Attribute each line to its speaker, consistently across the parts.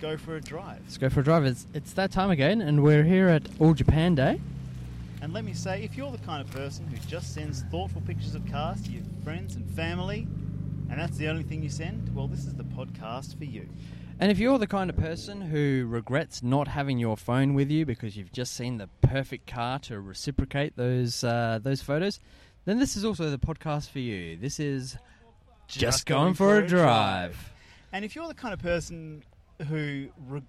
Speaker 1: go for a drive.
Speaker 2: Let's go for a drive. It's, it's that time again, and we're here at All Japan Day.
Speaker 1: And let me say, if you're the kind of person who just sends thoughtful pictures of cars to your friends and family, and that's the only thing you send, well, this is the podcast for you.
Speaker 2: And if you're the kind of person who regrets not having your phone with you because you've just seen the perfect car to reciprocate those uh, those photos, then this is also the podcast for you. This is just, going, for a drive.
Speaker 1: And if you're the kind of person who re-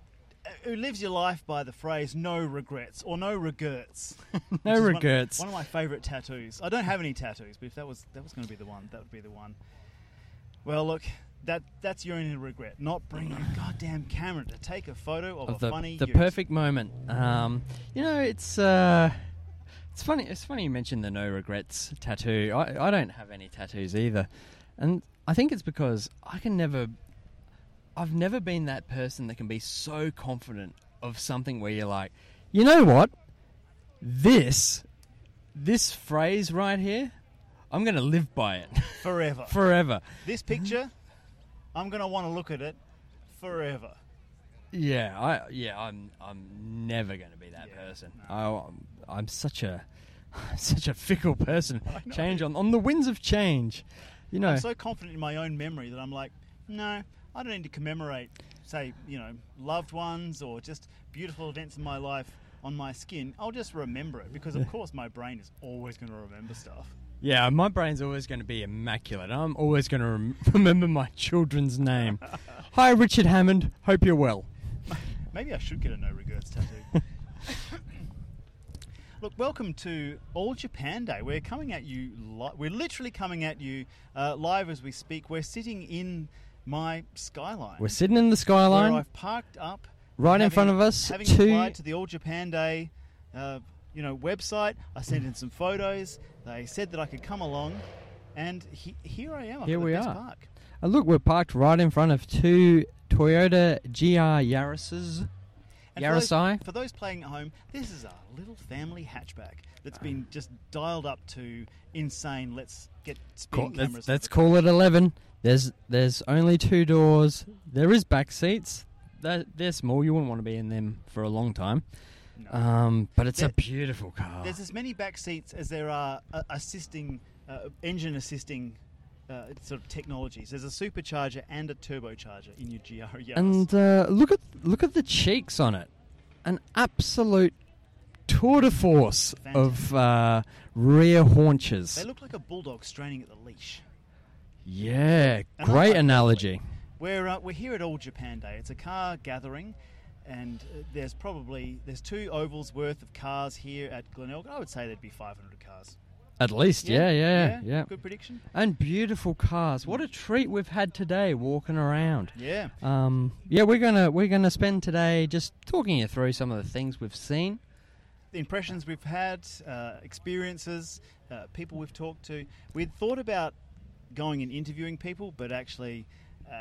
Speaker 1: who lives your life by the phrase "no regrets" or "no regrets," which is one-
Speaker 2: regrets.
Speaker 1: one, of my favourite tattoos. I don't have any tattoos, but if that was that was going to be the one, that would be the one. Well, look, that that's your only regret, not bringing a goddamn camera to take a photo of,
Speaker 2: Of
Speaker 1: a
Speaker 2: the,
Speaker 1: funny
Speaker 2: the
Speaker 1: ute.
Speaker 2: perfect moment. Um, you know, it's uh, it's funny. It's funny you mentioned the no regrets tattoo. I, I don't have any tattoos either, and I think it's because I can never. I've never been that person that can be so confident of something where you're like, you know what, this this phrase right here, I'm going to live by it
Speaker 1: forever.
Speaker 2: forever.
Speaker 1: this
Speaker 2: Mm-hmm.
Speaker 1: picture, I'm going to want to look at it forever.
Speaker 2: Yeah, I yeah, I'm I'm never going to be that
Speaker 1: Yeah,
Speaker 2: person. I, I'm such a such a fickle person. Change on on the winds of change, you know.
Speaker 1: I'm so confident in my own memory that I'm like, no, I don't need to commemorate, say, you know, loved ones or just beautiful events in my life on my skin. I'll just remember it because, of course, my brain is always going to remember stuff.
Speaker 2: yeah, my brain's always going to be immaculate. I'm always going to rem- remember my children's name. Hi, Richard Hammond. Hope you're well.
Speaker 1: Maybe I should get a no regrets tattoo. Look, welcome to All Japan Day. We're coming at you. Li- we're literally coming at you uh, live as we speak. We're sitting in my skyline.
Speaker 2: We're sitting in the
Speaker 1: where
Speaker 2: skyline.
Speaker 1: I've parked up
Speaker 2: Right in
Speaker 1: having-
Speaker 2: front of us,
Speaker 1: Having
Speaker 2: two-
Speaker 1: applied to the All Japan Day, uh, you know, website. I sent in some photos. They said that I could come along, and he, here I am. I've
Speaker 2: Here
Speaker 1: got the
Speaker 2: we
Speaker 1: best
Speaker 2: are.
Speaker 1: Park.
Speaker 2: Uh, look, we're parked right in front of two Toyota GR Yaris's.
Speaker 1: And for those-
Speaker 2: Yarisai?
Speaker 1: For those playing at home, this is our little family hatchback that's
Speaker 2: Ah.
Speaker 1: been just dialed up to insane. Let's get speed
Speaker 2: Cool.
Speaker 1: cameras.
Speaker 2: Let's, let's call it eleven. There's there's only two doors. There is back seats. They're, they're small. You wouldn't want to be in them for a long time.
Speaker 1: No.
Speaker 2: Um, but it's a
Speaker 1: There-
Speaker 2: beautiful car.
Speaker 1: There's as many back seats as there are uh, assisting uh, engine assisting uh, sort of technologies. There's a supercharger and a turbocharger in your GR Yaris.
Speaker 2: And uh, look at look at the cheeks on it. An absolute tour de force of uh, rear
Speaker 1: they
Speaker 2: haunches.
Speaker 1: look like a bulldog straining at the leash.
Speaker 2: Yeah,
Speaker 1: I like
Speaker 2: great
Speaker 1: that
Speaker 2: analogy.
Speaker 1: We're uh, we're here at All Japan Day. It's a car gathering, and uh, there's probably there's two ovals worth of cars here at Glenelg. I would say there'd be 500 cars.
Speaker 2: At least, yeah, yeah, yeah.
Speaker 1: Good prediction.
Speaker 2: And beautiful cars. What a treat we've had today walking around.
Speaker 1: Yeah.
Speaker 2: Um, yeah, we're gonna we're gonna spend today just talking you through some of the things we've seen.
Speaker 1: the impressions we've had, uh, experiences, uh, people we've talked to. We'd thought about going and interviewing people, but actually, uh,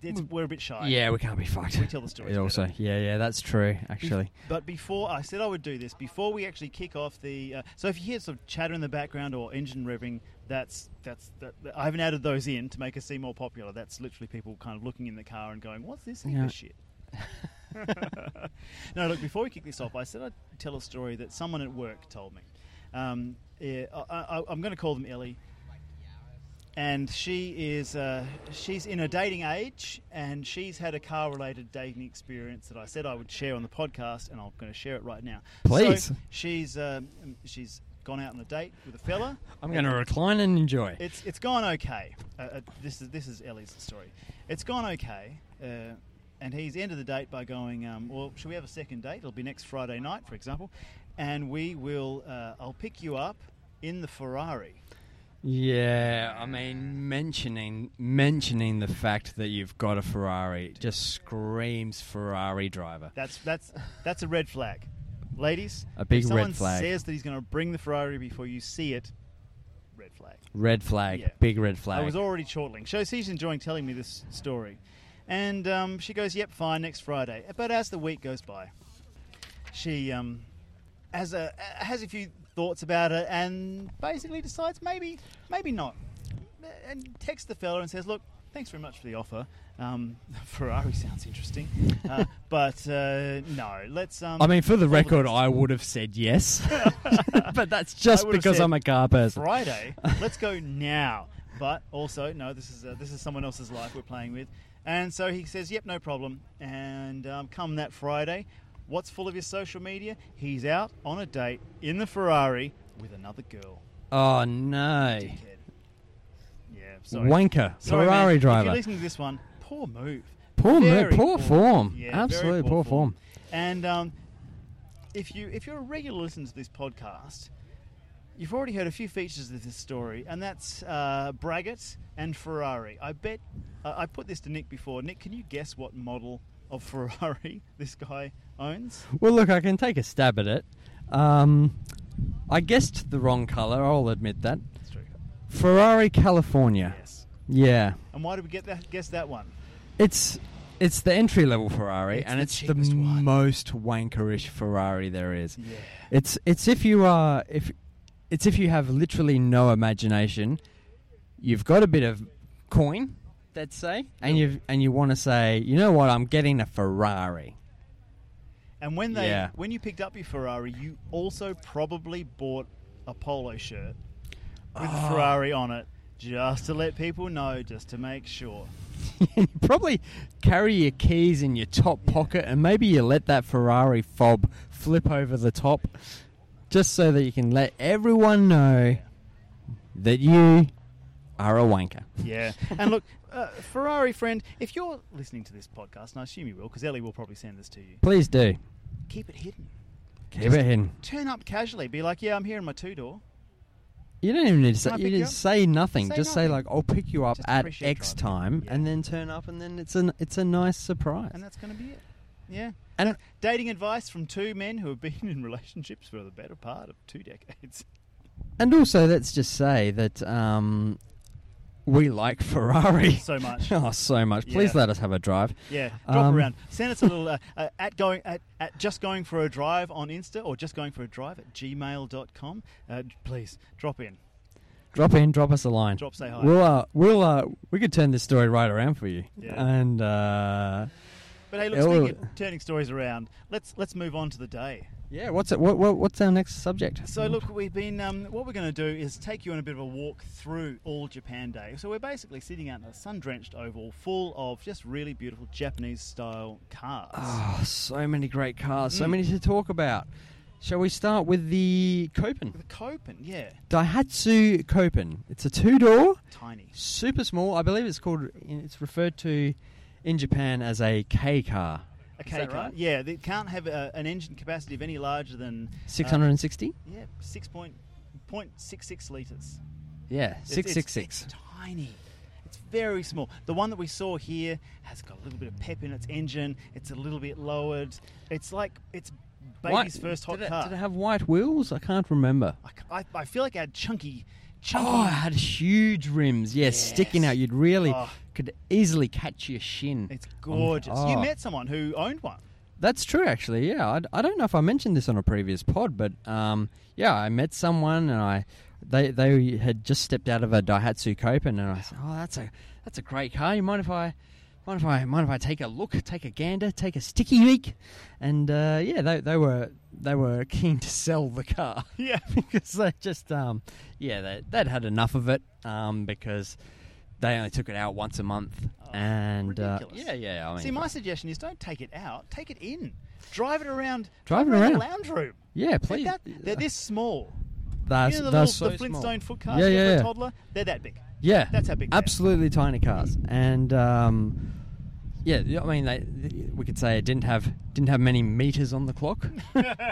Speaker 1: it's, we're a bit shy.
Speaker 2: Mm. Yeah, we can't be fucked.
Speaker 1: We tell the stories
Speaker 2: It also,
Speaker 1: better.
Speaker 2: yeah, yeah, that's true. Actually,
Speaker 1: But before I said I would do this, before we actually kick off the, uh, so if you hear some chatter in the background or engine revving, that's that's that, that- I haven't added those in to make us seem more popular. That's literally people kind of looking in the car and going, "What's this heap
Speaker 2: Yeah.
Speaker 1: of shit?" no, look. Before we kick this off, I said I'd tell a story that someone at work told me. Um, eh, I, I, I'm going to call them Ellie and she is uh, she's in a dating age and she's had a car related dating experience that I said I would share on the podcast and I'm going to share it right now.
Speaker 2: Please.
Speaker 1: So she's um, she's gone out on a date with a fella.
Speaker 2: I'm gonna recline and enjoy.
Speaker 1: It's it's gone okay. Uh, uh, this is this is Ellie's story. It's gone okay. Uh, and he's ended the date by going, um, well, should we have a second date? It'll be next Friday night, for example, and we will. Uh, I'll pick you up in the Ferrari.
Speaker 2: Yeah, I mean, mentioning mentioning the fact that you've got a Ferrari just screams Ferrari driver.
Speaker 1: That's that's that's a red flag, ladies.
Speaker 2: A big
Speaker 1: if someone
Speaker 2: red flag.
Speaker 1: Says that he's going to bring the Ferrari before you see it. Red flag.
Speaker 2: Red flag,
Speaker 1: Yeah.
Speaker 2: big red flag.
Speaker 1: I was already chortling. So she's enjoying telling me this story, and um, she goes, "Yep, fine, next Friday." But as the week goes by, she um, has a has a few thoughts about it, and basically decides maybe maybe not, and texts the fella and says, "Look, thanks very much for the offer. Um, Ferrari sounds interesting, uh, but uh, no. Let's. Um,
Speaker 2: I mean, for the
Speaker 1: hold
Speaker 2: record, I would have said yes, but that's just
Speaker 1: would've
Speaker 2: because
Speaker 1: said
Speaker 2: I'm a car person.
Speaker 1: Friday. Let's go now. But also, no, this is uh, this is someone else's life we're playing with, and so he says, "Yep, no problem." And um, come that Friday, what's full of his social media? He's out on a date in the Ferrari with another girl.
Speaker 2: Oh no,
Speaker 1: Dickhead. Yeah, sorry.
Speaker 2: wanker,
Speaker 1: Sorry, man.
Speaker 2: Ferrari
Speaker 1: If you're
Speaker 2: driver.
Speaker 1: listening to this one, poor move.
Speaker 2: Poor move,
Speaker 1: Very
Speaker 2: poor form.
Speaker 1: Yeah, very
Speaker 2: Absolutely poor form.
Speaker 1: And um, if you if you're a regular listener to this podcast, you've already heard a few features of this story, and that's uh, Braggart and Ferrari. I bet uh, I put this to Nick before. Nick, can you guess what model of Ferrari this guy owns?
Speaker 2: Well, look, I can take a stab at it. Um, I guessed the wrong color. I'll admit that.
Speaker 1: That's true.
Speaker 2: Ferrari California.
Speaker 1: Yes.
Speaker 2: Yeah,
Speaker 1: And why did we get that? Guess that one.
Speaker 2: it's it's the entry level Ferrari,
Speaker 1: It's
Speaker 2: and
Speaker 1: the
Speaker 2: it's the
Speaker 1: cheapest one.
Speaker 2: most wankerish Ferrari there is.
Speaker 1: Yeah.
Speaker 2: It's it's if you are if it's if you have literally no imagination, you've got a bit of coin, let's say, and you and you want to say, you know what, I'm getting a Ferrari.
Speaker 1: And when they
Speaker 2: Yeah.
Speaker 1: when you picked up your Ferrari, you also probably bought a polo shirt with
Speaker 2: Oh.
Speaker 1: the Ferrari on it, just to let people know, just to make sure.
Speaker 2: you probably carry your keys in your top pocket, and maybe you let that Ferrari fob flip over the top, just so that you can let everyone know that you are a wanker.
Speaker 1: Yeah. And look, uh, Ferrari friend, if you're listening to this podcast, and I assume you will, because Ellie will probably send this to you,
Speaker 2: Please do
Speaker 1: keep it hidden.
Speaker 2: keep
Speaker 1: Just-
Speaker 2: it hidden.
Speaker 1: Turn up casually. Be like, yeah, I'm here in my two door.
Speaker 2: You don't even need to say.
Speaker 1: Can I
Speaker 2: You
Speaker 1: pick you
Speaker 2: just
Speaker 1: up?
Speaker 2: say nothing.
Speaker 1: Say
Speaker 2: just say
Speaker 1: nothing.
Speaker 2: like, "I'll pick you up
Speaker 1: Just
Speaker 2: at
Speaker 1: appreciate
Speaker 2: X
Speaker 1: driving.
Speaker 2: time,"
Speaker 1: Yeah.
Speaker 2: and then turn up, and then it's an it's a nice surprise.
Speaker 1: And that's going to be it. Yeah.
Speaker 2: And-
Speaker 1: Dating advice from two men who have been in relationships for the better part of two decades.
Speaker 2: and also, let's just say that um, we like Ferrari
Speaker 1: So much.
Speaker 2: oh, so much. Please
Speaker 1: Yeah.
Speaker 2: let us have a drive.
Speaker 1: Yeah, drop
Speaker 2: Um,
Speaker 1: around. Send us a little uh, uh, at going at, at just going for a drive on Insta or just going for a drive at gmail.com. Uh, please drop in.
Speaker 2: Drop in, drop us a line.
Speaker 1: Drop say hi.
Speaker 2: We'll uh, we'll uh, we could turn this story right around for you.
Speaker 1: Yeah.
Speaker 2: And uh,
Speaker 1: But hey, look,
Speaker 2: Yeah, well-
Speaker 1: speaking of turning stories around, let's let's move on to the day.
Speaker 2: yeah, what's it? What, what what's our next subject?
Speaker 1: So look, we've been um, what we're going to do is take you on a bit of a walk through all Japan Day. So we're basically sitting out in a sun-drenched oval full of just really beautiful Japanese-style cars.
Speaker 2: Oh, so many great cars, so
Speaker 1: Mm.
Speaker 2: many to talk about. Shall we start with the Copen?
Speaker 1: The Copen, yeah,
Speaker 2: Daihatsu Copen. It's a two door,
Speaker 1: tiny.
Speaker 2: super small. I believe it's called. It's referred to in Japan as a K car.
Speaker 1: Okay,
Speaker 2: that right?
Speaker 1: Yeah, they can't have uh, an engine capacity of any larger than uh,
Speaker 2: Six hundred and sixty.
Speaker 1: Yeah, six point point six six liters.
Speaker 2: yeah,
Speaker 1: It's-
Speaker 2: six
Speaker 1: it's-
Speaker 2: six six.
Speaker 1: It's tiny. It's very small. The one that we saw here has got a little bit of pep in its engine. It's a little bit lowered. It's like it's baby's first hot
Speaker 2: did it,
Speaker 1: car.
Speaker 2: Did it have white wheels? I can't remember.
Speaker 1: I c- I, I feel like it had chunky, chunky.
Speaker 2: Oh, it had huge rims. Yes, sticking
Speaker 1: Yes.
Speaker 2: out. You'd really
Speaker 1: Oh.
Speaker 2: could easily catch your shin.
Speaker 1: It's
Speaker 2: on the-
Speaker 1: gorgeous. You
Speaker 2: Oh.
Speaker 1: met someone who owned one.
Speaker 2: That's true, actually. Yeah, I, I don't know if I mentioned this on a previous pod, but um, yeah, I met someone and I they they had just stepped out of a Daihatsu Copen, and I said, "Oh, that's a that's a great car. You mind if I mind if I mind if I take a look, take a gander, take a sticky leak?" And uh, yeah, they they were they were keen to sell the car
Speaker 1: Yeah.
Speaker 2: because they just um yeah they they'd had enough of it um because they only took it out once a month
Speaker 1: Oh,
Speaker 2: and uh,
Speaker 1: ridiculous.
Speaker 2: yeah yeah I mean
Speaker 1: See, my suggestion is don't take it out. Take it in. Drive it around.
Speaker 2: Drive it
Speaker 1: the
Speaker 2: around.
Speaker 1: lounge room.
Speaker 2: yeah
Speaker 1: They're
Speaker 2: please
Speaker 1: that- they're this small.
Speaker 2: That's,
Speaker 1: you know the,
Speaker 2: that's
Speaker 1: little,
Speaker 2: so
Speaker 1: the Flintstone
Speaker 2: small.
Speaker 1: foot cars
Speaker 2: Yeah,
Speaker 1: you get
Speaker 2: yeah,
Speaker 1: for
Speaker 2: yeah.
Speaker 1: a toddler? They're that big.
Speaker 2: Yeah,
Speaker 1: That's how big they are.
Speaker 2: Absolutely tiny cars, and um, yeah, yeah, I mean, they, we could say it didn't have didn't have many meters on the clock.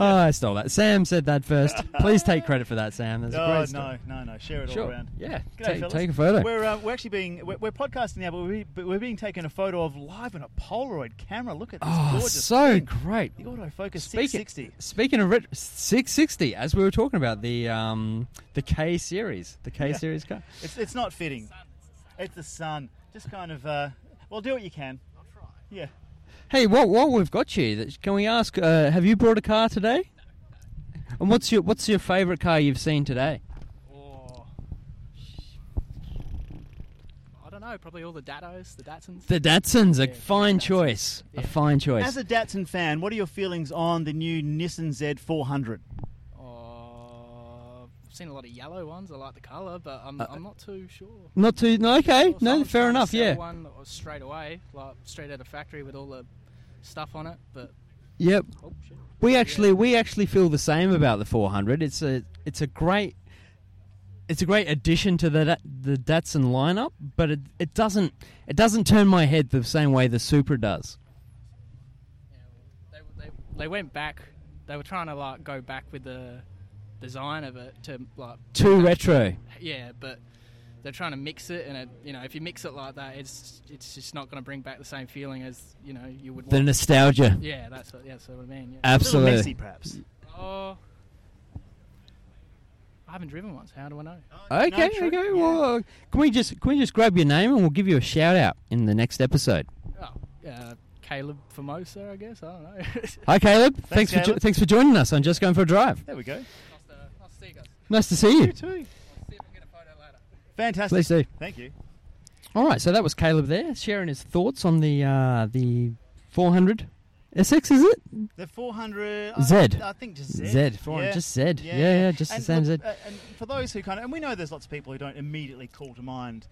Speaker 2: Oh, I stole that. Sam said that first. Please take credit for that, Sam. That's a
Speaker 1: Oh,
Speaker 2: great
Speaker 1: no,
Speaker 2: story.
Speaker 1: no, no. Share it all
Speaker 2: Sure.
Speaker 1: around.
Speaker 2: Yeah.
Speaker 1: G'day,
Speaker 2: Take,
Speaker 1: fellas.
Speaker 2: take a photo.
Speaker 1: We're, uh, we're actually being we're, we're podcasting now, but we're, but we're being taken a photo of live on a Polaroid camera. Look at this
Speaker 2: oh,
Speaker 1: gorgeous
Speaker 2: so
Speaker 1: thing.
Speaker 2: great.
Speaker 1: The autofocus
Speaker 2: Speaking-
Speaker 1: 660.
Speaker 2: Speaking of ret- 660, as we were talking about the um, the K series, the K
Speaker 1: Yeah.
Speaker 2: series car.
Speaker 1: It's, it's not fitting. It's the sun. Just kind of uh, well, do what you can. I'll try. Yeah.
Speaker 2: Hey, what what we've got you? that- Can we ask? Uh, have you brought a car today? And what's your what's your favourite
Speaker 3: Oh,
Speaker 2: car you've seen today?
Speaker 1: Oh. I don't
Speaker 3: don't know. Probably all the Dados, the Datsuns.
Speaker 2: The Datsuns, a
Speaker 3: Yeah,
Speaker 2: fine
Speaker 3: Datsun.
Speaker 2: choice. A
Speaker 3: Yeah.
Speaker 2: fine choice.
Speaker 1: As a Datsun fan, what are your feelings on the new Nissan Z400?
Speaker 3: Uh, I've seen a lot of yellow ones. I like the color, but I'm, I'm not too sure.
Speaker 2: Not too. No, okay.
Speaker 3: Well, if I
Speaker 2: No,
Speaker 3: was
Speaker 2: fair
Speaker 3: trying to
Speaker 2: enough.
Speaker 3: sell
Speaker 2: Yeah.
Speaker 3: One that was straight away, like straight out of factory with all the stuff on it. But
Speaker 2: Yep.
Speaker 3: oh shit.
Speaker 2: We actually we actually feel the same about the 400. It's a it's a great it's a great addition to the Dat- the Datsun lineup, but it, it doesn't it doesn't turn my head the same way the Supra does.
Speaker 3: Yeah, well, they, they, they went back. They were trying to like go back with the design of it to like
Speaker 2: Too retro.
Speaker 3: yeah, but they're trying to mix it, and it, you know if you mix it like that, it's it's just not going to bring back the same feeling as you know you would.
Speaker 2: The
Speaker 3: want.
Speaker 2: nostalgia.
Speaker 3: yeah, that's what yeah, that's what I mean.
Speaker 1: A
Speaker 3: Yeah.
Speaker 1: little messy,
Speaker 2: Absolutely.
Speaker 1: perhaps.
Speaker 3: Oh, I haven't driven once. How do I know?
Speaker 2: Okay,
Speaker 1: No,
Speaker 2: okay.
Speaker 1: true.
Speaker 2: Well, uh, can we just can we just grab your name and we'll give you a shout out in the next episode.
Speaker 3: Oh, uh, Caleb Formosa, I guess. I don't know.
Speaker 2: Hi, Caleb. Thanks, for jo-
Speaker 1: Caleb.
Speaker 2: thanks for joining us on Just Going for a Drive.
Speaker 1: There we go.
Speaker 3: nice, to, nice to see you guys.
Speaker 2: Nice to see you.
Speaker 1: too.
Speaker 3: I'll see if I can get a photo later.
Speaker 1: Fantastic.
Speaker 2: Please do.
Speaker 1: Thank you.
Speaker 2: All right, so that was Caleb there sharing his thoughts on the uh, the 400 SX, is it?
Speaker 1: The 400
Speaker 2: Z.
Speaker 1: I, I think just Z.
Speaker 2: Z, 400,
Speaker 1: Yeah.
Speaker 2: just Z. Yeah, yeah, just
Speaker 1: And
Speaker 2: the same
Speaker 1: look,
Speaker 2: Z.
Speaker 1: uh, and for those who kind of, and we know there's lots of people who don't immediately call to mind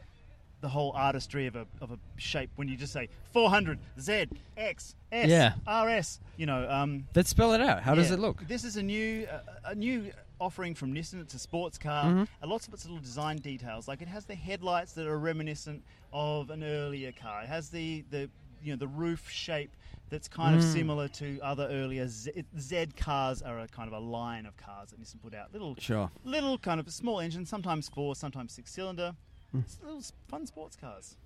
Speaker 1: the whole artistry of a, of a shape when you just say 400 Z X S
Speaker 2: Yeah.
Speaker 1: RS. You know, um,
Speaker 2: Let's spell it out. How does
Speaker 1: yeah.
Speaker 2: it look?
Speaker 1: This is a new uh, a new offering from Nissan. It's a sports car.
Speaker 2: Mhm.
Speaker 1: And lots of its little design details, like it has the headlights that are reminiscent of an earlier car. It has the the you know the roof shape that's kind of
Speaker 2: Mm.
Speaker 1: similar to other earlier Z, it- Z cars are a kind of a line of cars that Nissan put out. Little
Speaker 2: Sure.
Speaker 1: little kind of small engine, sometimes four, sometimes six cylinder.
Speaker 2: Hmm.
Speaker 1: It's little s- fun sports cars,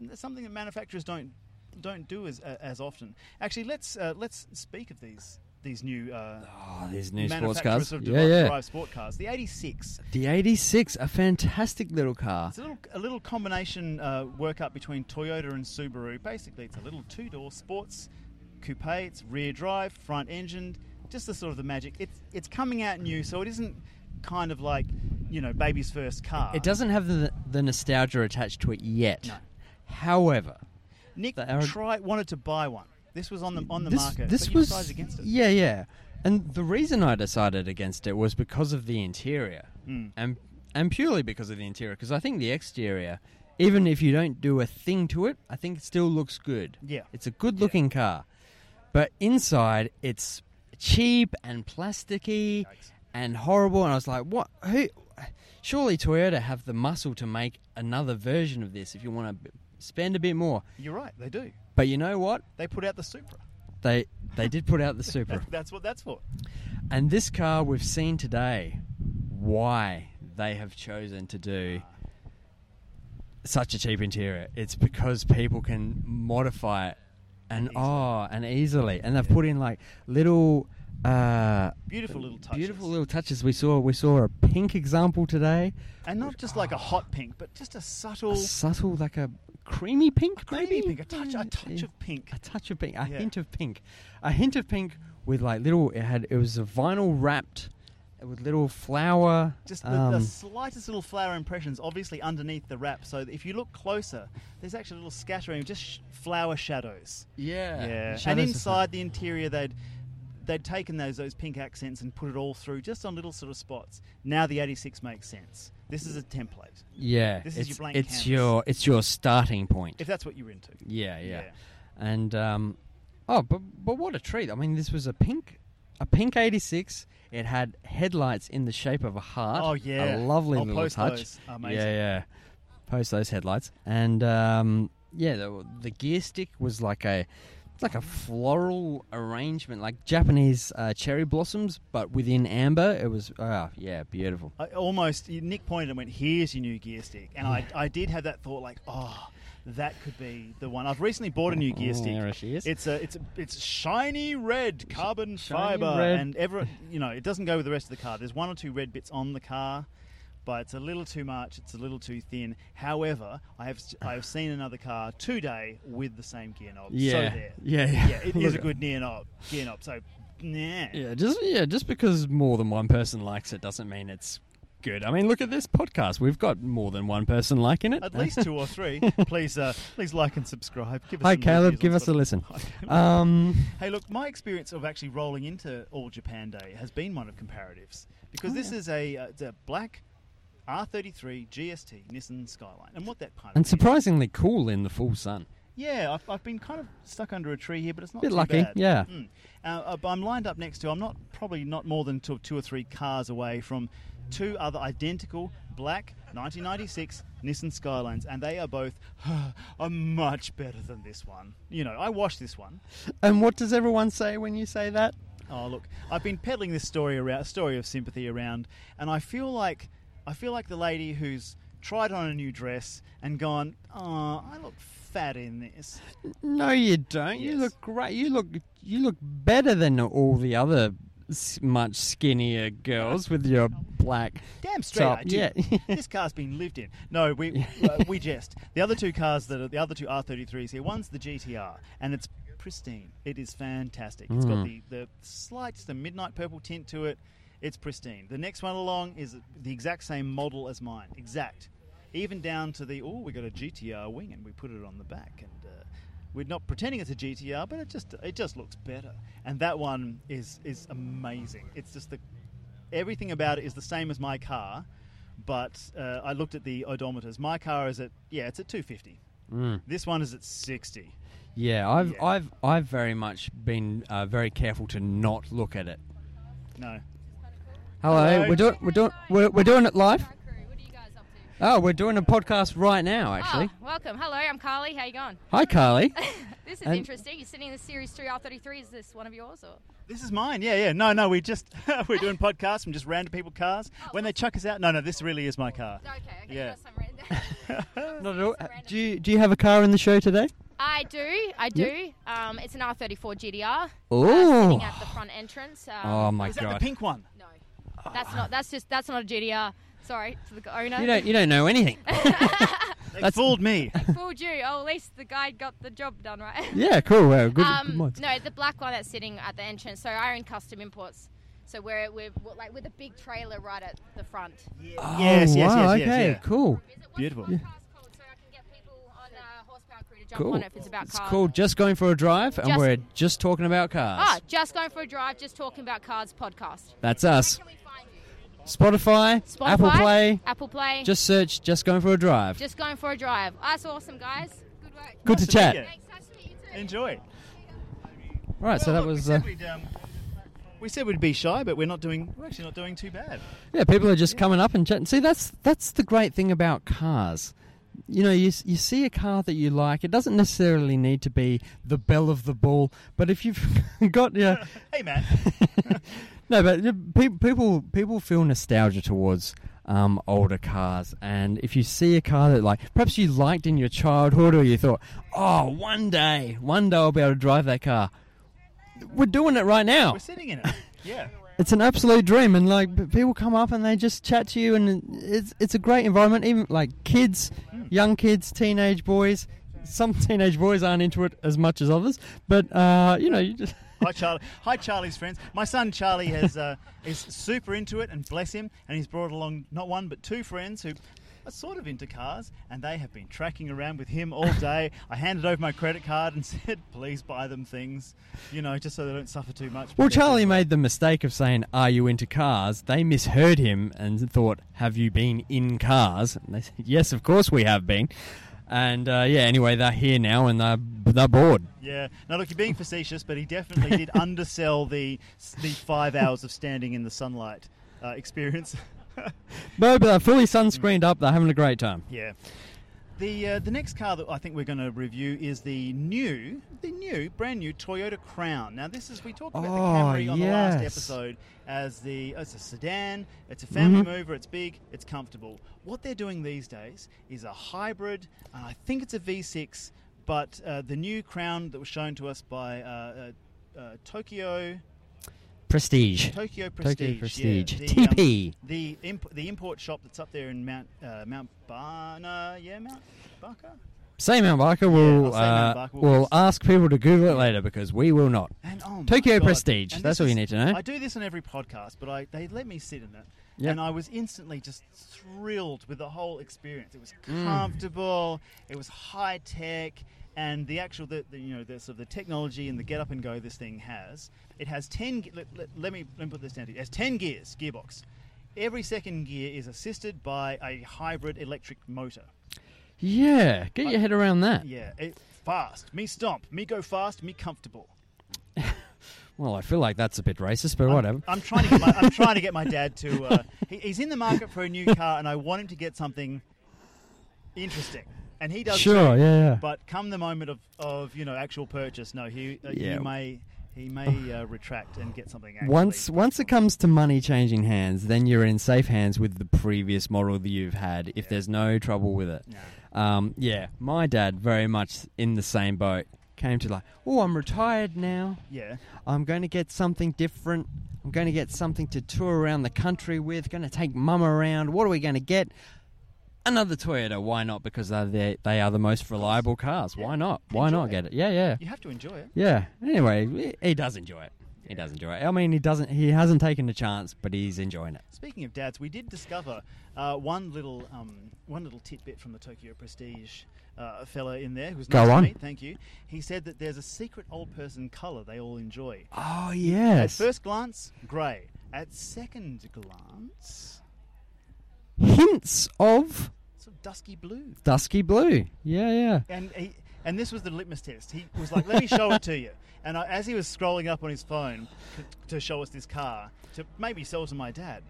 Speaker 1: and that's something that manufacturers don't don't do as uh, as often. Actually, let's uh, let's speak of these these new. Uh,
Speaker 2: Oh, these new sports
Speaker 1: Manufacturers
Speaker 2: cars.
Speaker 1: of
Speaker 2: Yeah,
Speaker 1: drive,
Speaker 2: yeah.
Speaker 1: drive sport cars. The 86.
Speaker 2: The 86, a fantastic little car.
Speaker 1: It's a little, a little combination uh, workup between Toyota and Subaru. Basically, it's a little two-door sports coupe. It's rear drive, front engined, just the sort of the magic. It's it's coming out new, so it isn't kind of like you know baby's first car.
Speaker 2: It doesn't have the, the nostalgia attached to it yet.
Speaker 1: No.
Speaker 2: However,
Speaker 1: Nick
Speaker 2: They are-
Speaker 1: tried wanted to buy one. This was on the on the
Speaker 2: this,
Speaker 1: market.
Speaker 2: this
Speaker 1: but you
Speaker 2: was
Speaker 1: decided against it.
Speaker 2: yeah, yeah. And the reason I decided against it was because of the interior,
Speaker 1: Mm.
Speaker 2: and and purely because of the interior. Because I think the exterior, even if you don't do a thing to it, I think it still looks good.
Speaker 1: Yeah.
Speaker 2: it's a good looking car, but inside it's cheap and plasticky
Speaker 1: Yikes.
Speaker 2: and horrible. And I was like, what? Who? Surely Toyota have the muscle to make another version of this if you want to spend a bit more.
Speaker 1: You're right. They do.
Speaker 2: But you know what?
Speaker 1: They put out the Supra.
Speaker 2: They they did put out the Supra.
Speaker 1: That's what that's for.
Speaker 2: And this car we've seen today, why they have chosen to do such a cheap interior. It's because people can modify it and
Speaker 1: Easily.
Speaker 2: oh, and easily. And they've put in like little uh,
Speaker 1: Beautiful little touches.
Speaker 2: beautiful little touches. We saw we saw a pink example today.
Speaker 1: And not just like a hot pink, but just a
Speaker 2: A
Speaker 1: subtle
Speaker 2: subtle like a creamy pink,
Speaker 1: creamy
Speaker 2: maybe?
Speaker 1: pink, a touch, a touch of pink.
Speaker 2: a touch of pink, a
Speaker 1: Yeah.
Speaker 2: hint of pink, a hint of pink with like little. It had it was a vinyl wrapped with little flower.
Speaker 1: Just the, the
Speaker 2: um,
Speaker 1: slightest little flower impressions, obviously underneath the wrap. So that if you look closer, there's actually a little scattering of just sh- flower shadows.
Speaker 2: yeah,
Speaker 1: And
Speaker 2: shadows of-
Speaker 1: inside the interior, they'd they'd taken those those pink accents and put it all through just on little sort of spots. Now the 86 makes sense. This is a template,
Speaker 2: yeah,
Speaker 1: this is
Speaker 2: it's,
Speaker 1: your blank
Speaker 2: it's
Speaker 1: canvas.
Speaker 2: your it's your starting point.
Speaker 1: if that's what you're into.
Speaker 2: yeah, yeah, and um, oh, but but what a treat! I mean, this was a pink, a pink eighty six. It had headlights in the shape of a heart.
Speaker 1: Oh yeah.
Speaker 2: a lovely
Speaker 1: I'll
Speaker 2: little
Speaker 1: post
Speaker 2: touch.
Speaker 1: those. Amazing.
Speaker 2: Yeah, yeah. Post those headlights, and um, yeah, the, the gear stick was like a, it's like a floral arrangement, like Japanese uh, cherry blossoms, but within amber. It was, ah, yeah, beautiful.
Speaker 1: I almost Nick pointed and went, "Here's your new gear stick," and I, I did have that thought, like, "Oh, that could be the one." I've recently bought a new gear
Speaker 2: Oh,
Speaker 1: stick.
Speaker 2: there she is.
Speaker 1: It's a it's a, it's shiny red carbon
Speaker 2: shiny
Speaker 1: fiber,
Speaker 2: red.
Speaker 1: and ever you know it doesn't go with the rest of the car. There's one or two red bits on the car, but it's a little too much. It's a little too thin. However, I have s- I have seen another car today with the same gear knob. so
Speaker 2: yeah,
Speaker 1: there.
Speaker 2: yeah, yeah,
Speaker 1: yeah, it is
Speaker 2: Look,
Speaker 1: a good gear knob. Gear knob. So nah.
Speaker 2: Yeah, just yeah, just because more than one person likes it doesn't mean it's good. I mean, look at this podcast. We've got more than one person liking it.
Speaker 1: At least two or three. please, uh, please like and subscribe. Give us
Speaker 2: Hi,
Speaker 1: some
Speaker 2: Caleb.
Speaker 1: reviews
Speaker 2: Give
Speaker 1: on
Speaker 2: us a
Speaker 1: Spotify.
Speaker 2: listen.
Speaker 1: Hi, Caleb.
Speaker 2: Um,
Speaker 1: Hey, look, my experience of actually rolling into All Japan Day has been one of comparatives because
Speaker 2: Oh,
Speaker 1: this
Speaker 2: yeah.
Speaker 1: is a, uh, it's a black R33 GST Nissan Skyline, and what that kind of
Speaker 2: and
Speaker 1: is-
Speaker 2: surprisingly cool in the full sun.
Speaker 1: Yeah, I've, I've been kind of stuck under a tree here, but it's not
Speaker 2: Bit
Speaker 1: too
Speaker 2: lucky,
Speaker 1: bad.
Speaker 2: yeah.
Speaker 1: Mm. Uh, uh, but I'm lined up next to. I'm not probably not more than two, two or three cars away from two other identical black 1996 Nissan Skylines, and they are both are much better than this one. You know, I washed this one.
Speaker 2: And what does everyone say when you say that?
Speaker 1: Oh look, I've been peddling this story around, story of sympathy around, and I feel like I feel like the lady who's tried on a new dress and gone, oh, I look fat in this.
Speaker 2: No, you don't. You
Speaker 1: Yes.
Speaker 2: look great. You look you look better than all the other s- much skinnier girls with your black
Speaker 1: Damn straight,
Speaker 2: top.
Speaker 1: I do.
Speaker 2: Yeah.
Speaker 1: this car's been lived in. No, we uh, we jest. The other two cars that are the other two R33s here. One's the GTR, and it's pristine. It is fantastic. It's got the
Speaker 2: Mm.
Speaker 1: the slight the midnight purple tint to it. It's pristine. The next one along is the exact same model as mine, exact, even down to the oh we got a GTR wing and we put it on the back and. Uh, we're not pretending it's a GTR, but it just it just looks better. And that one is is amazing. It's just the everything about it is the same as my car, but uh, I looked at the odometers. My car is at yeah, it's at 250.
Speaker 2: Mm.
Speaker 1: This one is at 60.
Speaker 2: Yeah, I've
Speaker 1: Yeah.
Speaker 2: I've I've very much been uh, very careful to not look at it.
Speaker 1: No,
Speaker 2: Hello,
Speaker 1: Hello.
Speaker 2: we're doing we're doing we're, we're doing it live.
Speaker 4: Car crew, what are you guys up to?
Speaker 2: Oh, we're doing a podcast right now. Actually,
Speaker 4: Oh, welcome. Hello, I'm Carly. How you going?
Speaker 1: Oh.
Speaker 2: hi Carly.
Speaker 4: This is
Speaker 2: And-
Speaker 4: interesting. You're sitting in the Series 3 R33. Is this one of yours? Or?
Speaker 1: this is mine. Yeah, yeah. No, no. We just we're doing podcasts from just random people cars. When they chuck us out, no, no. This really is my car.
Speaker 4: Okay, okay.
Speaker 1: Yeah.
Speaker 4: Got some random.
Speaker 2: Not at all.
Speaker 4: Random.
Speaker 2: Do you, do you have a car in the show today?
Speaker 4: I do. I do. Um, it's an R34 GDR. Uh,
Speaker 2: Ooh.
Speaker 4: sitting at the front entrance. Um,
Speaker 2: Oh my
Speaker 1: Is that the
Speaker 2: god!
Speaker 1: pink one?
Speaker 4: No. That's not. That's just. That's not a GDR. Sorry to the owner.
Speaker 2: You don't you don't know anything.
Speaker 1: They fooled me.
Speaker 4: Fooled you. Oh, at least the guy got the job done right.
Speaker 2: yeah, cool. Well, good. good
Speaker 4: Um,
Speaker 2: mods.
Speaker 4: no, the black one that's sitting at the entrance. So I own custom imports. So we're, we're like with a big trailer right at the front.
Speaker 2: Oh,
Speaker 1: yes, yes,
Speaker 2: wow,
Speaker 1: yes, yes,
Speaker 2: okay,
Speaker 1: yeah.
Speaker 2: cool.
Speaker 4: Is it what's
Speaker 1: Beautiful.
Speaker 4: the podcast called so I can get people on uh, horsepower crew to jump
Speaker 2: Cool.
Speaker 4: on it if it's about
Speaker 2: It's
Speaker 4: cars?
Speaker 2: called Just Going for a Drive, and
Speaker 4: Just-
Speaker 2: we're just talking about cars.
Speaker 4: Ah, just going for a drive, just talking about cars podcast.
Speaker 2: That's us.
Speaker 4: Can we find you?
Speaker 2: Spotify,
Speaker 4: Spotify,
Speaker 2: Apple Play.
Speaker 4: Apple Play.
Speaker 2: Just search Just Going for a Drive.
Speaker 4: Just going for a drive. That's awesome, guys. Good work.
Speaker 2: Good
Speaker 1: Nice
Speaker 2: to
Speaker 1: to meet
Speaker 2: chat.
Speaker 1: you.
Speaker 4: Thanks. Nice to meet you too.
Speaker 1: Enjoy.
Speaker 2: Right, so
Speaker 1: Well,
Speaker 2: that
Speaker 1: look,
Speaker 2: was
Speaker 1: We
Speaker 2: uh,
Speaker 1: said, we'd, um, we said we'd be shy, but we're not doing. We're actually not doing too bad.
Speaker 2: yeah. People are just coming up and chatting. See, that's that's the great thing about cars. You know, you s- you see a car that you like. It doesn't necessarily need to be the bell of the ball, but if you've got your
Speaker 1: Hey, man.
Speaker 2: no, but uh, pe- people people feel nostalgia towards um, older cars, and if you see a car that like perhaps you liked in your childhood, or you thought, oh, one day, one day I'll be able to drive that car. We're doing it right now.
Speaker 1: We're sitting in it. Yeah.
Speaker 2: It's an absolute dream, and like p- people come up and they just chat to you, and it's it's a great environment. Even like kids, young kids, teenage boys. Some teenage boys aren't into it as much as others, but uh, you know, you just
Speaker 1: Hi Charlie. Hi Charlie's friends. My son Charlie has uh, is super into it, and bless him. And he's brought along not one but two friends who are sort of into cars, and they have been tracking around with him all day. I handed over my credit card and said, "Please buy them things, you know, just so they don't suffer too much."
Speaker 2: Well,
Speaker 1: But they're
Speaker 2: Charlie
Speaker 1: doing
Speaker 2: made the mistake of saying, Are you into cars? They misheard him and thought, Have you been in cars? And they said, Yes, of course we have been. And uh, yeah, anyway, they're here now and they're, they're bored.
Speaker 1: Yeah. Now look, you're being facetious, but he definitely did undersell the the five hours of standing in the sunlight uh, experience.
Speaker 2: But, but they're fully sunscreened up, they're having a great time.
Speaker 1: Yeah. The uh, the next car that I think we're going to review is the new, the new, brand new Toyota Crown. Now this is we talked about the
Speaker 2: Oh,
Speaker 1: Camry on the last
Speaker 2: yes.
Speaker 1: episode as the oh, it's a sedan, it's a family
Speaker 2: Mhm.
Speaker 1: mover, it's big, it's comfortable. What they're doing these days is a hybrid, and I think it's a V6, but uh, the new Crown that was shown to us by uh, uh, uh, Tokyo
Speaker 2: Prestige.
Speaker 1: Tokyo
Speaker 2: Tokyo
Speaker 1: Prestige.
Speaker 2: Prestige.
Speaker 1: yeah. The, um,
Speaker 2: TP.
Speaker 1: the imp- the import shop that's up there in Mount uh, Mount Barna, yeah, Mount Barker.
Speaker 2: Say Mount Barker
Speaker 1: Yeah, I'll
Speaker 2: will
Speaker 1: say Mount
Speaker 2: uh,
Speaker 1: Barker.
Speaker 2: will ask people to Google it later because we will not.
Speaker 1: And, oh my
Speaker 2: Tokyo
Speaker 1: God.
Speaker 2: Prestige,
Speaker 1: And
Speaker 2: that's
Speaker 1: this
Speaker 2: all you
Speaker 1: is-
Speaker 2: need to know.
Speaker 1: I do this on every podcast, but I, they let me sit in it.
Speaker 2: Yeah.
Speaker 1: And I was instantly just thrilled with the whole experience. It was
Speaker 2: Mm.
Speaker 1: comfortable. It was high tech, and the actual the, the, you know the sort of the technology and the get up and go this thing has. It has ten. ge- Let, let, let me let me put this down to you. It has ten gears, gearbox. Every second gear is assisted by a hybrid electric motor.
Speaker 2: Yeah, get your
Speaker 1: I-
Speaker 2: head around that.
Speaker 1: Yeah, it, fast. Me stomp. Me go fast. Me comfortable.
Speaker 2: Well, I feel like that's a bit racist, but
Speaker 1: I'm-
Speaker 2: whatever.
Speaker 1: I'm, trying to get my, I'm trying to get my dad to. Uh, he, he's in the market for a new car, and I want him to get something interesting, and he does.
Speaker 2: sure,
Speaker 1: too.
Speaker 2: yeah, yeah.
Speaker 1: But come the moment of, of you know actual purchase, no, he uh,
Speaker 2: Yeah. Oh.
Speaker 1: he may he may uh, retract and get something. Actually
Speaker 2: once once it comes to money changing hands, then you're in safe hands with the previous model that you've had. If there's no trouble with it,
Speaker 1: Yeah.
Speaker 2: um, yeah, my dad very much in the same boat. Came to like, oh, I'm retired now.
Speaker 1: Yeah.
Speaker 2: I'm going to get something different. I'm going to get something to tour around the country with. Going to take mum around. What are we going to get? Another Toyota. Why not? Because they're the, they are the most reliable cars. Why not? Why
Speaker 1: Enjoy
Speaker 2: not
Speaker 1: it.
Speaker 2: get it? Yeah, yeah,
Speaker 1: You have to enjoy it.
Speaker 2: yeah. Anyway, he- he does enjoy it. He does enjoy it. I mean, he doesn't. He hasn't taken a chance, but he's enjoying it.
Speaker 1: Speaking of dads, we did discover uh, one little um, one little tidbit from the Tokyo Prestige uh, fella in there who's
Speaker 2: Go
Speaker 1: nice to
Speaker 2: on.
Speaker 1: me, Thank you. He said that there's a secret old person color they all enjoy.
Speaker 2: Oh yes,
Speaker 1: At first glance, grey. At second glance,
Speaker 2: hints of
Speaker 1: sort of dusky blue.
Speaker 2: dusky blue. Yeah, yeah.
Speaker 1: And he, and this was the litmus test. He was like, "Let me show it to you." And I, as he was scrolling up on his phone to, to show us this car to maybe sell to my dad,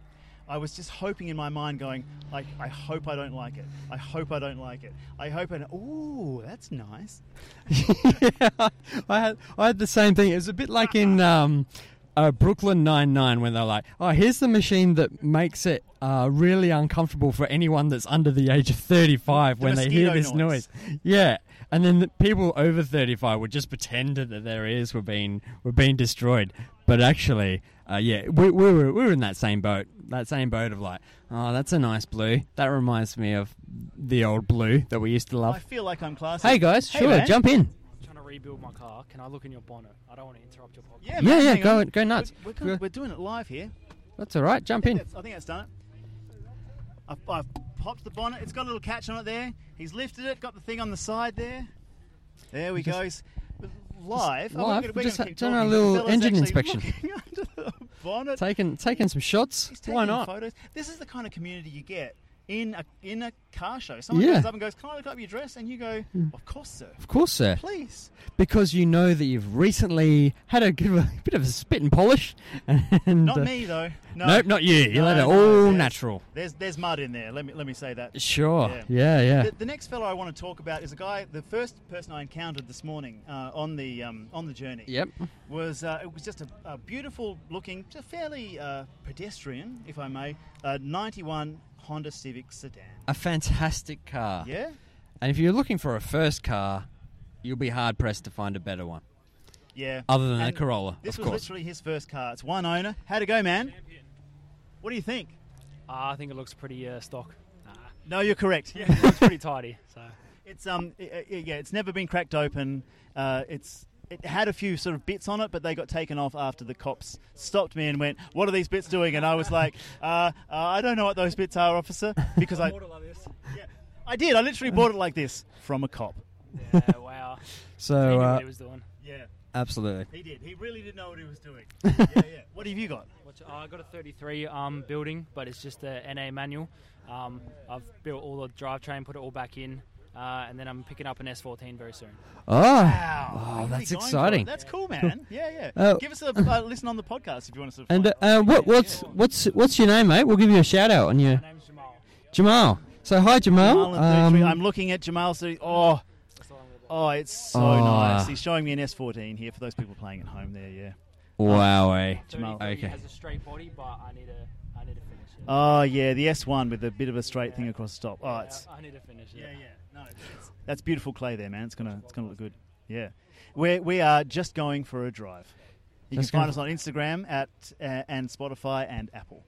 Speaker 1: I was just hoping in my mind, going, "I, I hope I don't like it. I hope I don't like it. I hope I. Don't, ooh, that's nice."
Speaker 2: yeah, I had I had the same thing. It was a bit like in
Speaker 1: Uh-huh.
Speaker 2: um, uh, Brooklyn Nine Nine when they're like, "Oh, here's the machine that makes it uh, really uncomfortable for anyone that's under the age of thirty-five
Speaker 1: The
Speaker 2: when they hear
Speaker 1: mosquito
Speaker 2: this
Speaker 1: noise.
Speaker 2: noise." Yeah, and then the people over thirty-five would just pretend that their ears were being were being destroyed, but actually. Uh, yeah, we, we were we were in that same boat, that same boat of like, oh, that's a nice blue. That reminds me of the old blue that we used to
Speaker 1: I
Speaker 2: love.
Speaker 1: feel like I'm classy.
Speaker 2: Hey guys,
Speaker 1: Hey,
Speaker 2: sure,
Speaker 1: man.
Speaker 2: jump in.
Speaker 5: trying to rebuild my car. Can I look in your bonnet? I don't want to interrupt your podcast.
Speaker 1: Yeah,
Speaker 2: Yeah,
Speaker 1: man,
Speaker 2: yeah,
Speaker 1: hang
Speaker 2: go-
Speaker 1: on.
Speaker 2: go nuts.
Speaker 1: We're,
Speaker 2: Go-
Speaker 1: we're, we're doing it live here.
Speaker 2: That's all right. Jump in.
Speaker 1: That's- I think that's done it. I've, I've popped the bonnet. It's got a little catch on it there. He's lifted it. Got the thing on the side there. There we go. He's live. Oh, we're
Speaker 2: live.
Speaker 1: gonna- we're
Speaker 2: We're just
Speaker 1: gonna keep
Speaker 2: doing our
Speaker 1: talking.
Speaker 2: little
Speaker 1: The fella's
Speaker 2: engine
Speaker 1: actually
Speaker 2: inspection.
Speaker 1: looking under the bonnet.
Speaker 2: Taking taking some shots.
Speaker 1: He's taking
Speaker 2: Why not?
Speaker 1: photos. This is the kind of community you get in a in a car show. Someone
Speaker 2: Yeah. Mm.
Speaker 1: comes up and goes, "Can I look up your dress?" And you go, "Of course, sir.
Speaker 2: Of course, sir.
Speaker 1: Please."
Speaker 2: Because you know that you've recently had a, give a bit of a spit and polish. And,
Speaker 1: Not
Speaker 2: uh,
Speaker 1: me though. No.
Speaker 2: Nope, not you. You
Speaker 1: No,
Speaker 2: let it
Speaker 1: no,
Speaker 2: all
Speaker 1: there's-
Speaker 2: natural.
Speaker 1: There's there's mud in there. Let me let me say that.
Speaker 2: Sure.
Speaker 1: Yeah.
Speaker 2: Yeah, yeah.
Speaker 1: The, the next fellow I want to talk about is a guy. The first person I encountered this morning uh, on the um, on the journey.
Speaker 2: Yep.
Speaker 1: Was uh, it was just a, a beautiful looking, just fairly uh, pedestrian, if I may, uh, '91 Honda Civic sedan.
Speaker 2: A fantastic car.
Speaker 1: Yeah.
Speaker 2: And if you're looking for a first car, you'll be hard pressed to find a better one.
Speaker 1: Yeah.
Speaker 2: Other than the
Speaker 1: And
Speaker 2: Corolla,
Speaker 1: This
Speaker 2: of
Speaker 1: was
Speaker 2: course.
Speaker 1: literally his first car. It's one owner. How'd it go, man? What do you think?
Speaker 5: Ah, I think it looks pretty uh, stock. Nah,
Speaker 1: No, you're correct.
Speaker 5: it looks pretty tidy. So
Speaker 1: It's um, i i yeah, it's never been cracked open. Uh, it's it had a few sort of bits on it, but they got taken off after the cops stopped me and went, "What are these bits doing?" And I was like, uh, uh, "I don't know what those bits are, officer," because I
Speaker 5: like this.
Speaker 1: yeah, I did. I literally bought it like this from a cop.
Speaker 5: Yeah, wow. he
Speaker 2: So,
Speaker 5: knew
Speaker 2: uh,
Speaker 5: what he was doing.
Speaker 1: Yeah,
Speaker 2: absolutely.
Speaker 1: he did. He really did know what he was doing. yeah, yeah. What have you got?
Speaker 5: What's, uh, I got a 33 um, building, but it's just a NA manual. Um, I've built all the drivetrain, put it all back in, uh, and then I'm picking up an S14 very soon.
Speaker 2: Oh,
Speaker 1: Wow,
Speaker 2: oh
Speaker 1: really
Speaker 2: that's
Speaker 1: going for it.
Speaker 2: exciting.
Speaker 1: That's cool, man. Yeah, yeah.
Speaker 2: Oh.
Speaker 1: Give us a uh, listen on the podcast if you want to. Sort of
Speaker 2: And uh,
Speaker 1: find-
Speaker 2: uh, what, what's what's what's your name, mate? We'll give you a shout out on your
Speaker 5: My name's Jamal.
Speaker 2: Jamal. So hi, Jamal.
Speaker 1: Jamal and 33.
Speaker 2: Um,
Speaker 1: I'm looking at Jamal. So, oh,
Speaker 5: That's all I'm gonna
Speaker 1: oh, it's so
Speaker 2: Oh.
Speaker 1: nice. He's showing me an S14 here for those people playing at home. There, yeah.
Speaker 2: Wow, eh?
Speaker 5: blow.
Speaker 1: Jamal.
Speaker 5: 33
Speaker 2: Okay.
Speaker 5: Has a straight body, but I need a, I need to finish it.
Speaker 1: Oh, yeah, the S1 with a bit of a straight thing across the top. Oh, it's
Speaker 5: I, I need to finish it.
Speaker 1: yeah, yeah. No, it's- that's beautiful clay there, man. It's gonna, it's gonna look good. Yeah, we we are just going for a drive. You
Speaker 2: Just
Speaker 1: can find
Speaker 2: going
Speaker 1: us on Instagram at uh, and Spotify and Apple.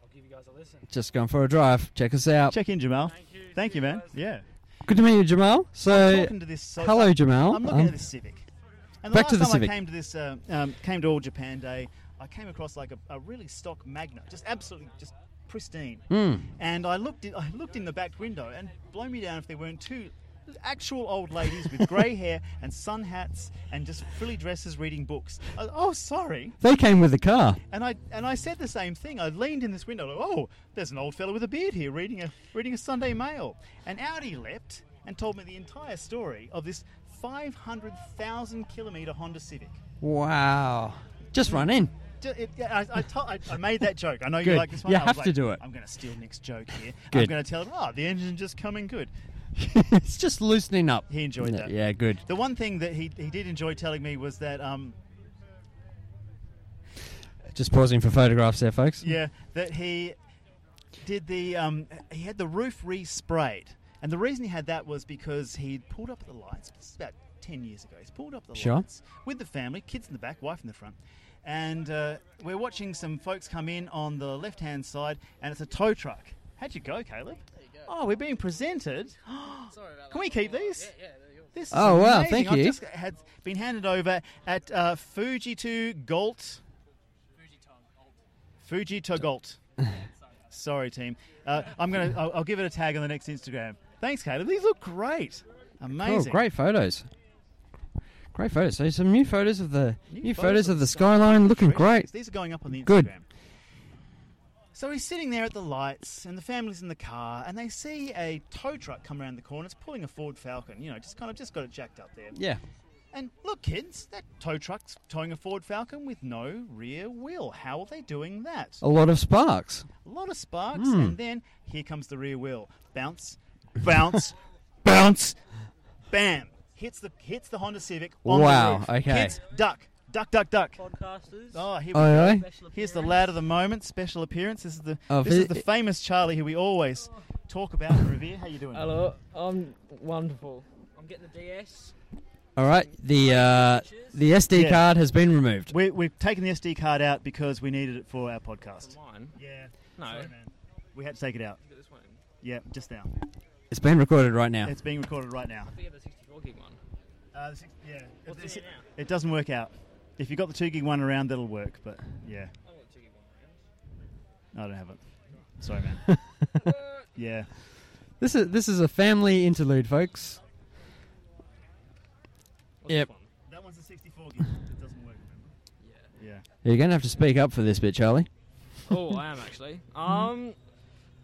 Speaker 5: I'll give you guys a listen.
Speaker 2: Just going for a drive. Check us out.
Speaker 1: Check in, Jamal. Thank you,
Speaker 5: See you
Speaker 1: man.
Speaker 5: guys.
Speaker 1: Yeah.
Speaker 2: Good to meet you, Jamal.
Speaker 1: I'm
Speaker 2: So,
Speaker 1: talking to this. so-
Speaker 2: hello, Jamal.
Speaker 1: I'm looking
Speaker 2: Um,
Speaker 1: at this Civic. And the
Speaker 2: back
Speaker 1: last
Speaker 2: to the
Speaker 1: time
Speaker 2: Civic.
Speaker 1: I came to this, uh, um, came to All Japan Day, I came across like a, a really stock Magna, just absolutely just pristine.
Speaker 2: Mm.
Speaker 1: And I looked, in, I looked in the back window, and blow me down if there weren't two actual old ladies with grey hair and sun hats and just frilly dresses reading books. I- oh, sorry.
Speaker 2: They came with the car.
Speaker 1: And I and I said the same thing. I leaned in this window. Like, oh, there's an old fella with a beard here reading a reading a Sunday Mail. And out he leapt and told me the entire story of this 500,000 kilometre Honda Civic.
Speaker 2: Wow. Just run in.
Speaker 1: Ju- It, yeah, I, I, to- I, I made that joke. I know you
Speaker 2: Good.
Speaker 1: like this one.
Speaker 2: You
Speaker 1: I was
Speaker 2: have to
Speaker 1: like,
Speaker 2: do it.
Speaker 1: I'm going to steal Nick's joke here. I'm
Speaker 2: Good.
Speaker 1: going to tell him, oh, the engine just coming good.
Speaker 2: it's just loosening up.
Speaker 1: He enjoyed
Speaker 2: Yeah,
Speaker 1: that.
Speaker 2: Yeah, good.
Speaker 1: The one thing that he, he did enjoy telling me was that um,
Speaker 2: Just pausing for photographs there, folks.
Speaker 1: Yeah, that he did the um, he had the roof resprayed, and the reason he had that was because he'd pulled up at the lights. This is about ten years ago. He's pulled up the
Speaker 2: Sure.
Speaker 1: lights with the family, kids in the back, wife in the front, and uh, we're watching some folks come in on the left hand side, and it's a tow truck. How'd you go, Caleb? Oh, we're being presented.
Speaker 3: Sorry about
Speaker 1: Can we keep these?
Speaker 3: Yeah, yeah,
Speaker 1: This is
Speaker 2: Oh, wow,
Speaker 1: amazing.
Speaker 2: thank
Speaker 1: I've
Speaker 2: you.
Speaker 1: just had been handed over at uh, Fuji to Galt. Fuji to Galt. Sorry, team. Uh, I'm gonna. I'll, I'll give it a tag on the next Instagram. Thanks, Caleb. These look great.
Speaker 2: Oh,
Speaker 1: Amazing.
Speaker 2: great photos. Great photos. So some new photos of the new,
Speaker 1: New
Speaker 2: photos,
Speaker 1: photos
Speaker 2: of
Speaker 1: of
Speaker 2: the
Speaker 1: the
Speaker 2: skyline, looking great.
Speaker 1: These are going up on the Instagram.
Speaker 2: Good.
Speaker 1: So he's sitting there at the lights, and the family's in the car, and they see a tow truck come around the corner. It's pulling a Ford Falcon. You know, just kind of just got it jacked up there.
Speaker 2: Yeah.
Speaker 1: And look, kids, that tow truck's towing a Ford Falcon with no rear wheel. How are they doing that?
Speaker 2: A lot of sparks.
Speaker 1: A lot of sparks,
Speaker 2: Hmm.
Speaker 1: and then here comes the rear wheel. Bounce, bounce, bounce, bam! Hits the hits the Honda Civic. On
Speaker 2: Wow,
Speaker 1: The roof.
Speaker 2: okay.
Speaker 1: Kids, duck, duck, duck, duck.
Speaker 6: Podcasters.
Speaker 1: Oh, here we
Speaker 2: Aye,
Speaker 1: go.
Speaker 2: aye.
Speaker 1: Here's the lad of the moment. Special appearance. This is the
Speaker 2: Oh,
Speaker 1: this is
Speaker 2: vi-
Speaker 1: the famous Charlie who we always talk about and revere. How you doing?
Speaker 6: Hello, I'm wonderful. I'm getting the DS.
Speaker 2: All right. The uh, the SD
Speaker 1: Yeah.
Speaker 2: card has been removed.
Speaker 1: We, we've taken the SD card out because we needed it for our podcast.
Speaker 6: Mine.
Speaker 1: Yeah.
Speaker 6: No.
Speaker 1: Sorry, man. We had to take it out.
Speaker 6: Look at this one. I
Speaker 1: Yeah, just now.
Speaker 2: It's been recorded right now.
Speaker 1: It's being recorded right now.
Speaker 6: think I have the 64 gig one.
Speaker 1: Uh, the six, yeah.
Speaker 6: What's
Speaker 1: It-
Speaker 6: in
Speaker 1: it-
Speaker 6: it now?
Speaker 1: It doesn't work out. If you got the two gig one around, that'll work. But yeah,
Speaker 6: I want the 2 gig one
Speaker 1: I don't have it. Sorry, man.
Speaker 6: around.
Speaker 1: yeah.
Speaker 2: This is this is a family interlude, folks.
Speaker 6: What's
Speaker 2: Yep.
Speaker 6: this one?
Speaker 1: That one's a 64 gig. It doesn't work.
Speaker 6: Yeah.
Speaker 1: Yeah.
Speaker 2: You're going to have to speak up for this bit, Charlie.
Speaker 6: oh, I am actually. Um,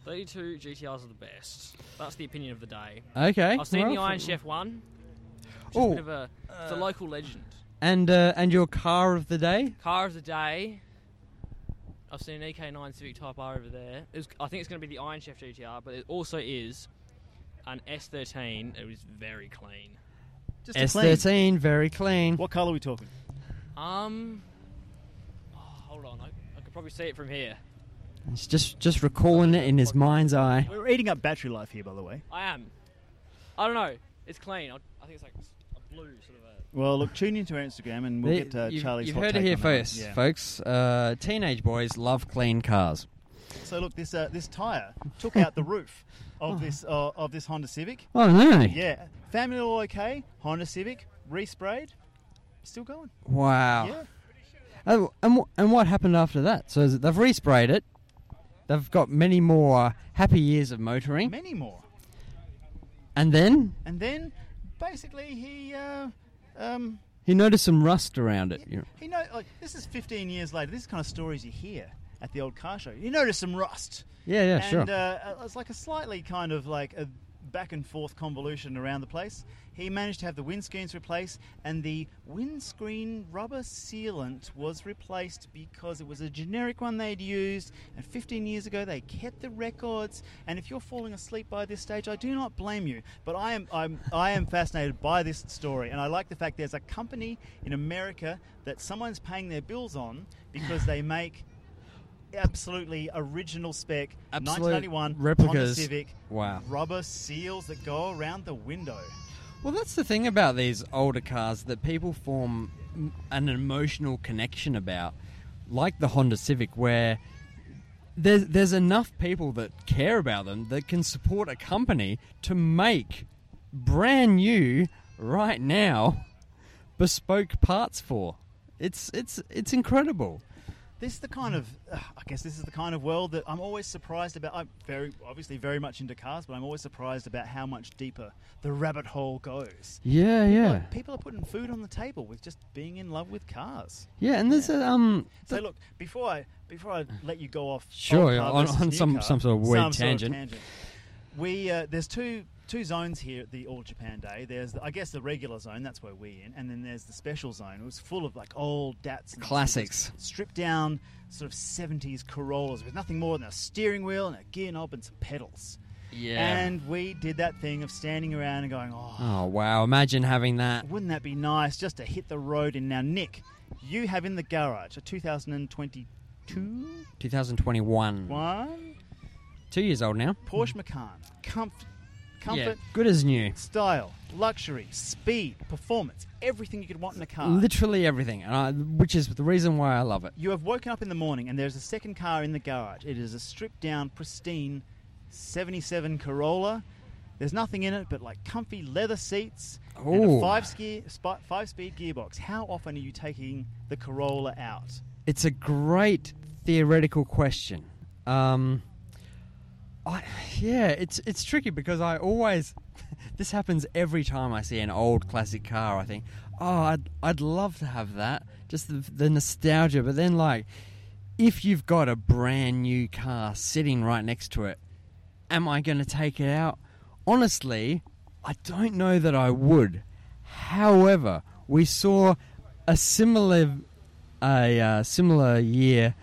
Speaker 6: 32 GTRs are the best. That's the opinion of the day.
Speaker 2: Okay.
Speaker 6: I've seen
Speaker 2: well,
Speaker 6: the Iron
Speaker 2: f-
Speaker 6: Chef one. Which is a
Speaker 2: Oh.
Speaker 6: bit of a, it's a local legend.
Speaker 2: And uh, and your car of the day.
Speaker 6: Car of the day. I've seen an EK9 Civic Type R over there. It was, I think it's going to be the Iron Chef GTR, but it also is an S13. It was very clean.
Speaker 1: Just a clean.
Speaker 2: S13, very clean.
Speaker 1: What color are we talking?
Speaker 6: Um, oh, hold on. I, I could probably see it from here.
Speaker 2: He's just just recalling it in his mind's eye.
Speaker 1: We're eating up battery life here, by the way.
Speaker 6: I am. I don't know. It's clean. I, I think it's like a blue sort of a.
Speaker 1: Well, look, tune into our Instagram and we'll
Speaker 2: There-
Speaker 1: get uh,
Speaker 2: you've,
Speaker 1: Charlie's
Speaker 2: You've
Speaker 1: hot
Speaker 2: heard it
Speaker 1: take
Speaker 2: here
Speaker 1: on that one.
Speaker 2: first,
Speaker 1: Yeah.
Speaker 2: folks. Uh, teenage boys love clean cars.
Speaker 1: So look, this uh, this tire took out the roof of this uh, of this Honda Civic.
Speaker 2: Oh no!
Speaker 1: Yeah. Family all okay. Honda Civic resprayed. Still going.
Speaker 2: Wow.
Speaker 1: Yeah.
Speaker 2: Oh, and wh- and what happened after that? So is it- they've resprayed it. They've got many more happy years of motoring,
Speaker 1: Many more.
Speaker 2: and then
Speaker 1: And then, basically, he uh, um,
Speaker 2: he noticed some rust around it. You-
Speaker 1: he know like, this is 15 years later. This is the kind of stories you hear at the old car show. You notice some rust,
Speaker 2: Yeah, yeah,
Speaker 1: and
Speaker 2: sure.
Speaker 1: uh, it's like a slightly kind of like a back and forth convolution around the place. He managed to have the windscreens replaced, and the windscreen rubber sealant was replaced because it was a generic one they'd used. And 15 years ago, they kept the records. And if you're falling asleep by this stage, I do not blame you. But I am, I'm, I am fascinated by this story, and I like the fact there's a company in America that someone's paying their bills on because they make absolutely original spec
Speaker 2: Absolute
Speaker 1: 1991 Honda
Speaker 2: replicas.
Speaker 1: Civic
Speaker 2: Wow.
Speaker 1: rubber seals that go around the window.
Speaker 2: Well, that's the thing about these older cars that people form m- an emotional connection about, like the Honda Civic, where there's, there's enough people that care about them that can support a company to make brand new right now bespoke parts for. It's it's it's incredible.
Speaker 1: This is the kind of, uh, I guess this is the kind of world that I'm always surprised about. I'm very, obviously, very much into cars, but I'm always surprised about how much deeper the rabbit hole goes.
Speaker 2: Yeah, yeah.
Speaker 1: Like, people are putting food on the table with just being in love with cars.
Speaker 2: yeah, and there's a um
Speaker 1: So look, before I before I let you go off,
Speaker 2: Sure,
Speaker 1: old car
Speaker 2: on-
Speaker 1: versus
Speaker 2: on
Speaker 1: new
Speaker 2: some-
Speaker 1: car,
Speaker 2: some sort of weird
Speaker 1: some sort
Speaker 2: tangent.
Speaker 1: We uh, there's two two zones here at the All Japan Day. There's the, I guess the regular zone that's where we're in, and then there's the special zone. It was full of like old Dats, and
Speaker 2: Classics.
Speaker 1: stripped down sort of 70s Corollas with nothing more than a steering wheel and a gear knob and some pedals.
Speaker 2: yeah.
Speaker 1: And we did that thing of standing around and going, oh,
Speaker 2: oh wow, imagine having that.
Speaker 1: wouldn't that be nice just to hit the road? And now, Nick, you have in the garage a 2022
Speaker 2: 2021.
Speaker 1: one
Speaker 2: 2 years old now.
Speaker 1: Porsche Macan. Comfort, comfort,
Speaker 2: Hmm. Yeah, good as new.
Speaker 1: style, luxury, speed, performance, everything you could want in a car.
Speaker 2: Literally everything, and I, which is the reason why I love it.
Speaker 1: you have woken up in the morning and there's a second car in the garage. It is a stripped down, pristine 77 Corolla. There's nothing in it but like comfy leather seats and
Speaker 2: Ooh.
Speaker 1: a five, ski, spi- five speed gearbox. How often are you taking the Corolla out?
Speaker 2: It's a great theoretical question. Um, I, yeah, it's it's tricky because I always this happens every time I see an old classic car. I think, oh, I'd I'd love to have that, just the, the nostalgia. But then, like, if you've got a brand new car sitting right next to it, am I going to take it out? Honestly, I don't know that I would. However, we saw a similar a uh, similar year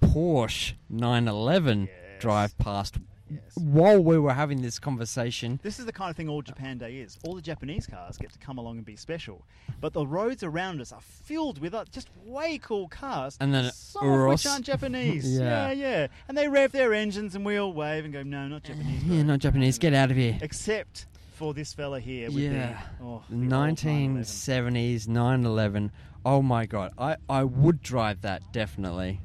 Speaker 2: Porsche 911
Speaker 1: Yes.
Speaker 2: drive past
Speaker 1: Yes.
Speaker 2: while we were having this conversation.
Speaker 1: This is the kind of thing all Japan Day is. All the Japanese cars get to come along and be special, but the roads around us are filled with uh, just way cool cars,
Speaker 2: And then
Speaker 1: some of
Speaker 2: Urus.
Speaker 1: which aren't Japanese. yeah,
Speaker 2: Yeah.
Speaker 1: yeah. And they rev their engines, and we all wave and go, "No, not Japanese."
Speaker 2: Yeah,
Speaker 1: bro.
Speaker 2: not Japanese. Get out of here.
Speaker 1: Except for this fella here with
Speaker 2: Yeah.
Speaker 1: the, oh, the old 911.
Speaker 2: 1970s 911. Oh my god. I, I would drive that definitely.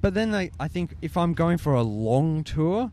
Speaker 2: But then I, I think if I'm going for a long tour,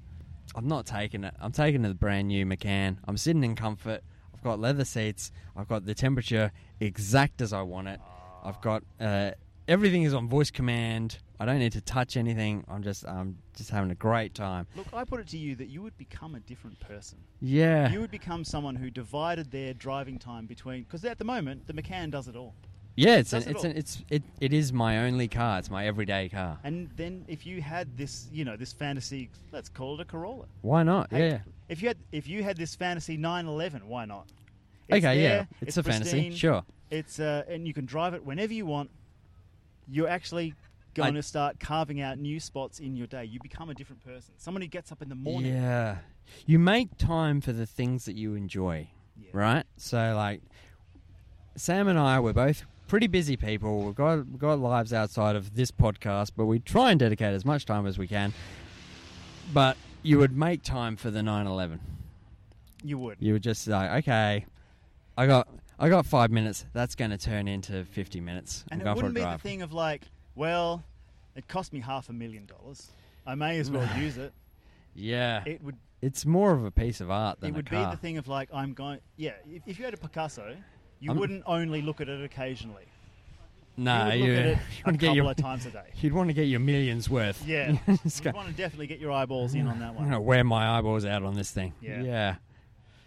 Speaker 2: I'm not taking it. I'm taking the brand new McCann. I'm sitting in comfort. I've got leather seats. I've got the temperature exact as I want it. I've got uh, everything is on voice command. I don't need to touch anything. I'm just I'm just having a great time.
Speaker 1: Look, I put it to you that you would become a different person.
Speaker 2: Yeah.
Speaker 1: You would become someone who divided their driving time between because at the moment the McCann does it all.
Speaker 2: Yeah, it's an,
Speaker 1: Does it
Speaker 2: it's
Speaker 1: all.
Speaker 2: an, it's it, it is my only car. It's my everyday car.
Speaker 1: And then if you had this, you know, this fantasy, let's call it a Corolla.
Speaker 2: Why not?
Speaker 1: Hey,
Speaker 2: yeah.
Speaker 1: If you had if you had this fantasy 911, why not?
Speaker 2: Okay, yeah.
Speaker 1: there,
Speaker 2: It's, a fantasy.
Speaker 1: pristine,
Speaker 2: Sure.
Speaker 1: It's uh, and you can drive it whenever you want. You're actually going to start carving out new spots in your day. You become a different person. Someone who gets up in the morning.
Speaker 2: Yeah. You make time for the things that you enjoy,
Speaker 1: Yeah.
Speaker 2: right? So like Sam and I we're both pretty busy people. We've got we've got lives outside of this podcast, but we try and dedicate as much time as we can. But you would make time for the 911.
Speaker 1: You would.
Speaker 2: You would just say, "Okay, I got I got 5 minutes. That's going to turn into 50 minutes.
Speaker 1: And
Speaker 2: I'm
Speaker 1: it
Speaker 2: going for a
Speaker 1: wouldn't be the
Speaker 2: drive."
Speaker 1: thing of like, well, it cost me half a million dollars. I may as well use it.
Speaker 2: yeah.
Speaker 1: It would
Speaker 2: it's more of a piece of art than
Speaker 1: it would
Speaker 2: a
Speaker 1: be
Speaker 2: car.
Speaker 1: the thing of like I'm going yeah, if, if you had a Picasso, you
Speaker 2: I'm-
Speaker 1: wouldn't only look at it occasionally.
Speaker 2: No,
Speaker 1: you
Speaker 2: you,
Speaker 1: would look at it a
Speaker 2: you want to get
Speaker 1: couple
Speaker 2: your
Speaker 1: of times a day.
Speaker 2: you'd want to get your millions worth.
Speaker 1: Yeah,
Speaker 2: Just
Speaker 1: you
Speaker 2: go,
Speaker 1: want to definitely get your eyeballs in on that
Speaker 2: I'm gonna
Speaker 1: one.
Speaker 2: wear my eyeballs out on this thing.
Speaker 1: Yeah.
Speaker 2: yeah,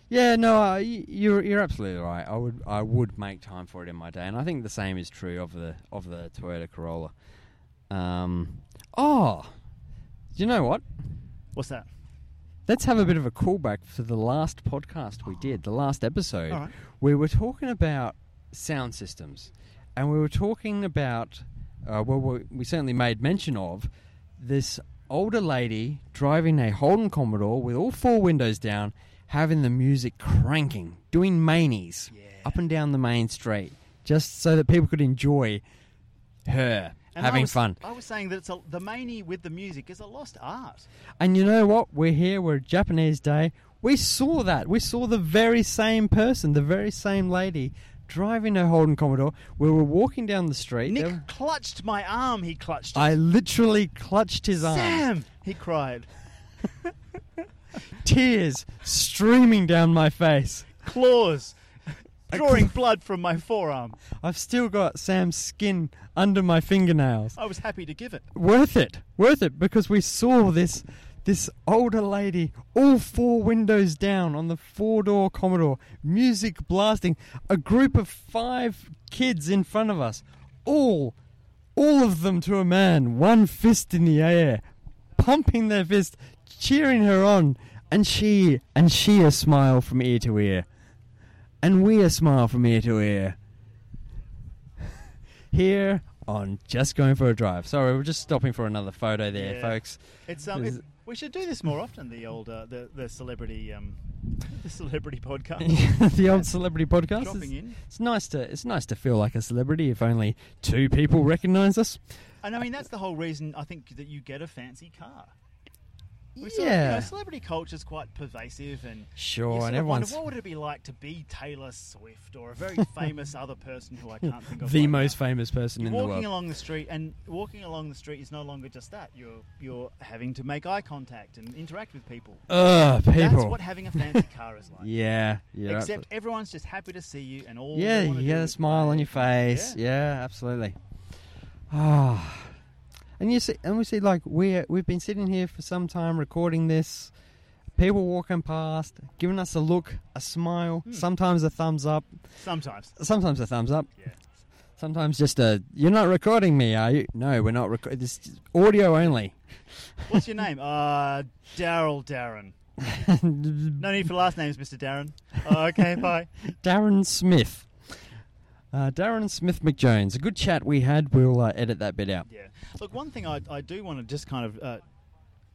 Speaker 2: yeah. No, uh, y- you're you're absolutely right. I would I would make time for it in my day, and I think the same is true of the of the Toyota Corolla. Um, oh, you know what?
Speaker 1: What's that?
Speaker 2: Let's have a bit of a callback for the last podcast we did, the last episode.
Speaker 1: All right.
Speaker 2: We were talking about sound systems, and we were talking about, uh, well, we, we certainly made mention of this older lady driving a Holden Commodore with all four windows down, having the music cranking, doing mainies
Speaker 1: Yeah.
Speaker 2: up and down the main street, just so that people could enjoy her
Speaker 1: And I
Speaker 2: having
Speaker 1: was-
Speaker 2: fun.
Speaker 1: I was saying that it's a, the mania with the music is a lost art.
Speaker 2: And you know what? We're here. We're at Japanese Day. We saw that. We saw the very same person, the very same lady, driving her Holden Commodore. We were walking down the street.
Speaker 1: Nick
Speaker 2: There-
Speaker 1: clutched my arm. He clutched.
Speaker 2: I literally clutched his arm.
Speaker 1: Sam, he cried.
Speaker 2: Tears streaming down my face.
Speaker 1: claws drawing blood from my forearm.
Speaker 2: I've still got Sam's skin under my fingernails.
Speaker 1: I was happy to give it.
Speaker 2: worth it, worth it, because we saw this this older lady, all four windows down on the four door Commodore, music blasting, a group of five kids in front of us, all, all of them to a man, one fist in the air, pumping their fist, cheering her on, and she and she a smile from ear to ear, and we a smile from ear to ear here on Just Going for a Drive. Sorry, we're just stopping for another photo there,
Speaker 1: Yeah.
Speaker 2: folks.
Speaker 1: It's um,
Speaker 2: Is-
Speaker 1: it, we should do this more often. The old uh, the the celebrity um, the celebrity podcast.
Speaker 2: the old celebrity podcast.
Speaker 1: Dropping
Speaker 2: It's,
Speaker 1: in.
Speaker 2: it's nice to it's nice to feel like a celebrity if only two people recognise us.
Speaker 1: And I mean, that's the whole reason I think that you get a fancy car. We sort of- you know,
Speaker 2: yeah,
Speaker 1: celebrity culture is quite pervasive, and you
Speaker 2: sure,
Speaker 1: sort
Speaker 2: and
Speaker 1: of
Speaker 2: everyone's
Speaker 1: wonder, what would it be like to be Taylor Swift or a very famous other person who I can't think of.
Speaker 2: the
Speaker 1: right
Speaker 2: most
Speaker 1: now?
Speaker 2: famous person
Speaker 1: You're
Speaker 2: in the
Speaker 1: walking
Speaker 2: world.
Speaker 1: along the street, and walking along the street is no longer just that. You're you're having to make eye contact and interact with people.
Speaker 2: Ugh, people.
Speaker 1: That's what having a fancy car is like.
Speaker 2: yeah, yeah.
Speaker 1: Except everyone's just happy to see you, and all.
Speaker 2: Yeah,
Speaker 1: they
Speaker 2: you
Speaker 1: wanna
Speaker 2: get
Speaker 1: do
Speaker 2: a
Speaker 1: is
Speaker 2: smile on
Speaker 1: play.
Speaker 2: your face.
Speaker 1: Yeah.
Speaker 2: Yeah, absolutely. Ah, and you see, and we see, like we we've been sitting here for some time recording this. People walking past, giving us a look, a smile,
Speaker 1: Hmm.
Speaker 2: sometimes a thumbs up,
Speaker 1: Sometimes.
Speaker 2: sometimes a thumbs up,
Speaker 1: Yeah.
Speaker 2: sometimes just a "You're not recording me, are you?" No, we're not recording. This is audio only.
Speaker 1: What's your name? Uh, Daryl Darren. No need for last names, Mr. Darren. Oh, okay, bye.
Speaker 2: Darren Smith. Uh, Darren Smith McJones. A good chat we had. We'll uh, edit that bit out.
Speaker 1: Yeah. Look, one thing I, I do want to just kind of uh,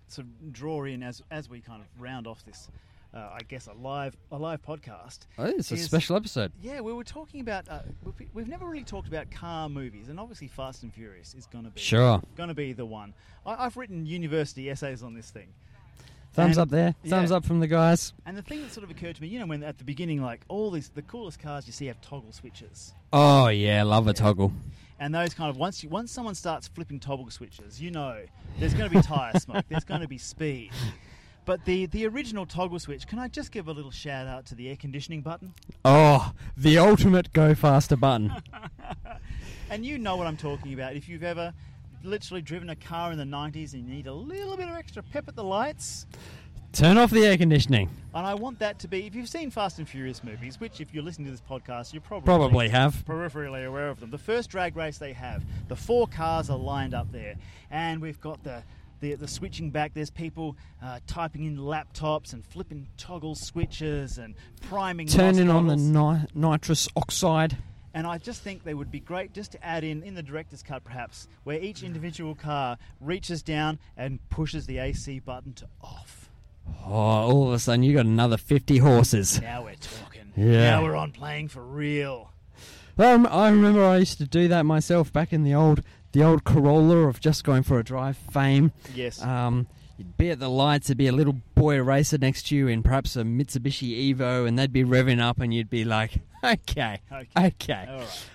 Speaker 1: sort of draw in as as we kind of round off this, uh, I guess a live a live podcast.
Speaker 2: Oh, it's a
Speaker 1: Is-
Speaker 2: special episode.
Speaker 1: Yeah, we were talking about uh, we've, we've never really talked about car movies, and obviously Fast and Furious is going to be
Speaker 2: Sure.
Speaker 1: going to be the one. I, I've written university essays on this thing.
Speaker 2: Thumbs
Speaker 1: And-
Speaker 2: up there. Thumbs
Speaker 1: yeah.
Speaker 2: up from the guys.
Speaker 1: And the thing that sort of occurred to me, you know, when at the beginning, like all these the coolest cars you see have toggle switches,
Speaker 2: Oh yeah, love a toggle.
Speaker 1: and those kind of once you, once someone starts flipping toggle switches, you know, there's going to be tire smoke, there's going to be speed. But the the original toggle switch, can I just give a little shout out to the air conditioning button?
Speaker 2: Oh, the ultimate go faster button.
Speaker 1: And you know what I'm talking about. If you've ever literally driven a car in the 90s and you need a little bit of extra pep at the lights,
Speaker 2: Turn off the air conditioning.
Speaker 1: and I want that to be if you've seen Fast and Furious movies, which if you're listening to this podcast, you probably
Speaker 2: Probably have.
Speaker 1: peripherally aware of them. The first drag race they have, the four cars are lined up there, and we've got the the, the switching back. There's people uh, typing in laptops and flipping toggle switches and priming.
Speaker 2: Turning
Speaker 1: NOS
Speaker 2: on the
Speaker 1: models.
Speaker 2: ni- nitrous oxide.
Speaker 1: And I just think they would be great just to add in in the director's cut, perhaps, where each individual car reaches down and pushes the AC button to off.
Speaker 2: Oh, all of a sudden you got another fifty horses.
Speaker 1: Now we're talking.
Speaker 2: Yeah.
Speaker 1: Now we're on playing for real.
Speaker 2: Um, I remember I used to do that myself back in the old the old Corolla of just going for a drive fame.
Speaker 1: Yes.
Speaker 2: Um, you'd be at the lights, there'd be a little boy racer next to you in perhaps a Mitsubishi Evo, and they'd be revving up, and you'd be like, okay,
Speaker 1: Okay.
Speaker 2: okay.
Speaker 1: All right.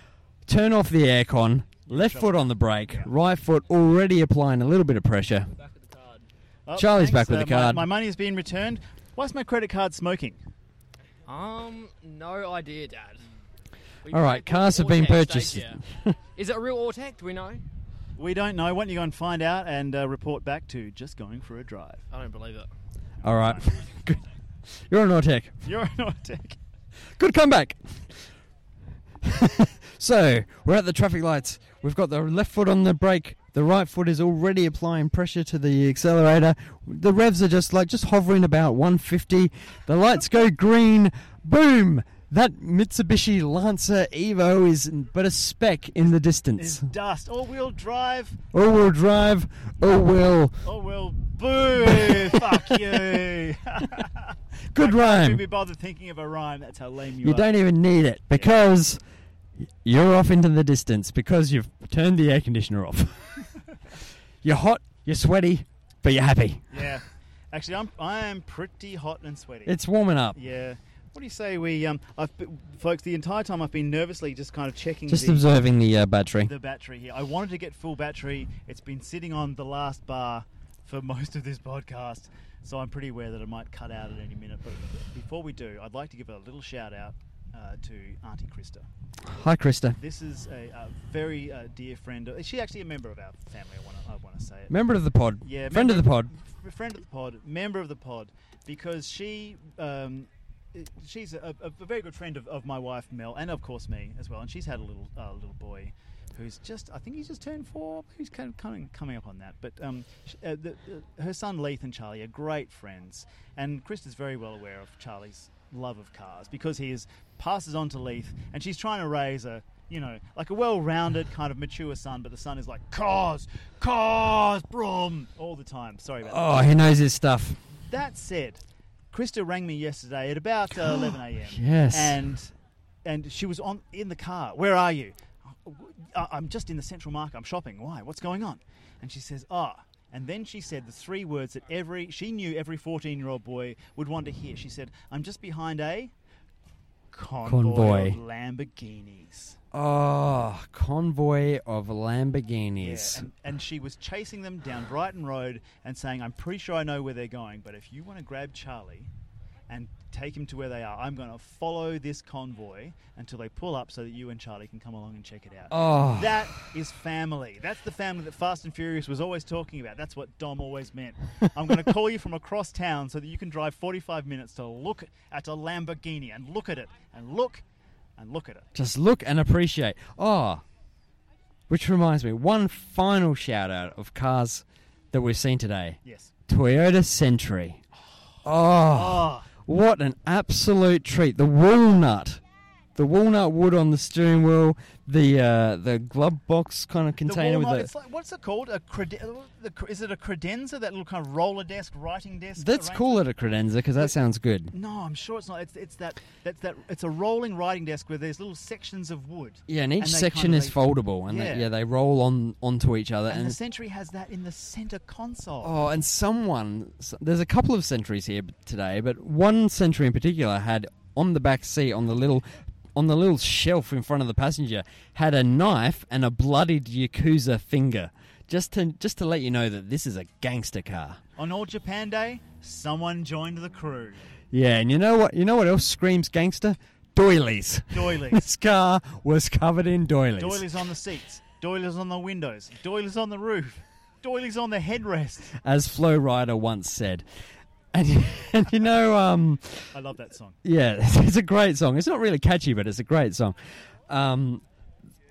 Speaker 2: Turn off the aircon, left
Speaker 1: trouble.
Speaker 2: foot on the brake,
Speaker 1: Yeah.
Speaker 2: right foot already applying a little bit of pressure.
Speaker 6: Back of the card.
Speaker 1: Oh,
Speaker 2: Charlie's back with the
Speaker 1: my-
Speaker 2: card.
Speaker 1: My, money is being returned. Why's my credit card smoking?
Speaker 6: Um, no idea, Dad. We
Speaker 2: All right,
Speaker 6: can't do
Speaker 2: cars have
Speaker 6: Ortec
Speaker 2: been
Speaker 6: stage
Speaker 2: purchased.
Speaker 6: here. Is it a real Ortec? Do we know?
Speaker 1: We don't know. Why don't you go and find out and uh, report back to just going for a drive?
Speaker 6: I don't believe it.
Speaker 2: All right. Good. You're an Ortec.
Speaker 1: You're an Ortec.
Speaker 2: Good comeback. so, we're at the traffic lights. We've got the left foot on the brake. The right foot is already applying pressure to the accelerator. The revs are just like just hovering about 150. The lights go green. Boom! That Mitsubishi Lancer Evo is but a speck in the
Speaker 1: Is
Speaker 2: distance.
Speaker 1: dust. All wheel drive.
Speaker 2: All wheel Oh, drive, Oh, all wheel.
Speaker 1: All wheel. Boo! Fuck you.
Speaker 2: Good
Speaker 1: You'd
Speaker 2: rhyme.
Speaker 1: be bothered thinking of a rhyme. That's how lame you,
Speaker 2: You
Speaker 1: are.
Speaker 2: don't even need it because you're off into the distance because you've turned the air conditioner off. you're hot, you're sweaty, but you're happy.
Speaker 1: Yeah. Actually, I'm I am pretty hot and sweaty.
Speaker 2: It's warming up.
Speaker 1: yeah. What do you say we um? I've been, folks the entire time I've been nervously just kind of checking
Speaker 2: Just
Speaker 1: the,
Speaker 2: observing the uh, battery.
Speaker 1: the battery here. I wanted to get full battery. It's been sitting on the last bar for most of this podcast. So I'm pretty aware that I might cut out at any minute. But before we do, I'd like to give a little shout out uh, to Auntie Krista.
Speaker 2: Hi, Krista.
Speaker 1: This is a, a very uh, dear friend. Is she actually a member of our family? I want to I wanna say it.
Speaker 2: Member of the pod.
Speaker 1: Yeah,
Speaker 2: Friend
Speaker 1: member
Speaker 2: of the pod.
Speaker 1: f- friend of the pod, member of the pod, because she um, i- she's a, a, a very good friend of, of my wife Mel, and of course me as well. And she's had a little uh, little boy who's just I think he's just turned four. He's kind of coming coming up on that, but um, sh- uh, the, uh, her son Leith and Charlie are great friends, and Krista's very well aware of Charlie's love of cars because he is passes on to Leith, and she's trying to raise a you know, like a well-rounded kind of mature son, but the son is like cars, cars, brum, all the time. Sorry about that.
Speaker 2: Oh, he knows his stuff.
Speaker 1: That said, Krista rang me yesterday at about uh, 11 a.m.
Speaker 2: Yes.
Speaker 1: And and she was on in the car. Where are you? "I- I'm just in the central market. I'm shopping. Why? What's going on? And she says, ah. And then she said the three words that every she knew every 14 year old boy would want to hear. She said, I'm just behind a convoy,
Speaker 2: Convoy.
Speaker 1: of Lamborghinis.
Speaker 2: Oh, convoy of
Speaker 1: Yeah,
Speaker 2: Lamborghinis.
Speaker 1: and, and she was chasing them down Brighton Road and saying, I'm pretty sure I know where they're going, but if you want to grab Charlie and take him to where they are, I'm going to follow this convoy until they pull up so that you and Charlie can come along and check it out.
Speaker 2: Oh.
Speaker 1: That is family. That's the family that Fast and Furious was always talking about. That's what Dom always meant. I'm going to call you from across town so that you can drive 45 minutes to look at a Lamborghini and look at it and look and look at it.
Speaker 2: Just look and appreciate. Oh, which reminds me, one final shout out of cars that we've seen today
Speaker 1: Yes.
Speaker 2: Toyota Century. Oh,
Speaker 1: Ah.
Speaker 2: what an absolute treat. The walnut. The walnut wood on the steering wheel, the uh, the glove box kind of
Speaker 1: The
Speaker 2: container
Speaker 1: walnut-
Speaker 2: with
Speaker 1: it's like, what's it called? A creden- the, cr- is it a credenza? That little kind of roller desk, writing desk.
Speaker 2: the. Let's call it a credenza because that sounds good.
Speaker 1: arrangement? No, I'm sure it's not. It's, it's that that's that. It's a rolling writing desk where there's little sections of wood.
Speaker 2: Yeah, and each
Speaker 1: And they
Speaker 2: section
Speaker 1: kind of
Speaker 2: is
Speaker 1: like-
Speaker 2: foldable, and
Speaker 1: Yeah.
Speaker 2: They, yeah, they roll on onto each other.
Speaker 1: And,
Speaker 2: And,
Speaker 1: the Century has that in the center console.
Speaker 2: oh, and someone, s- there's a couple of centuries here b- today, but one century in particular had on the back seat on the little on the little shelf in front of the passenger had a knife and a bloodied yakuza finger, just to just to let you know that this is a gangster car.
Speaker 1: On All Japan Day, someone joined the crew.
Speaker 2: Yeah, and you know what? You know what else screams gangster? Doilies.
Speaker 1: Doilies,
Speaker 2: this car was covered in doilies.
Speaker 1: doilies on the seats, doilies on the windows, doilies on the roof, doilies on the headrest.
Speaker 2: as Flo Rida once said. And, and you know, um,
Speaker 1: I love that song.
Speaker 2: yeah, it's a great song. It's not really catchy, but it's a great song. Um,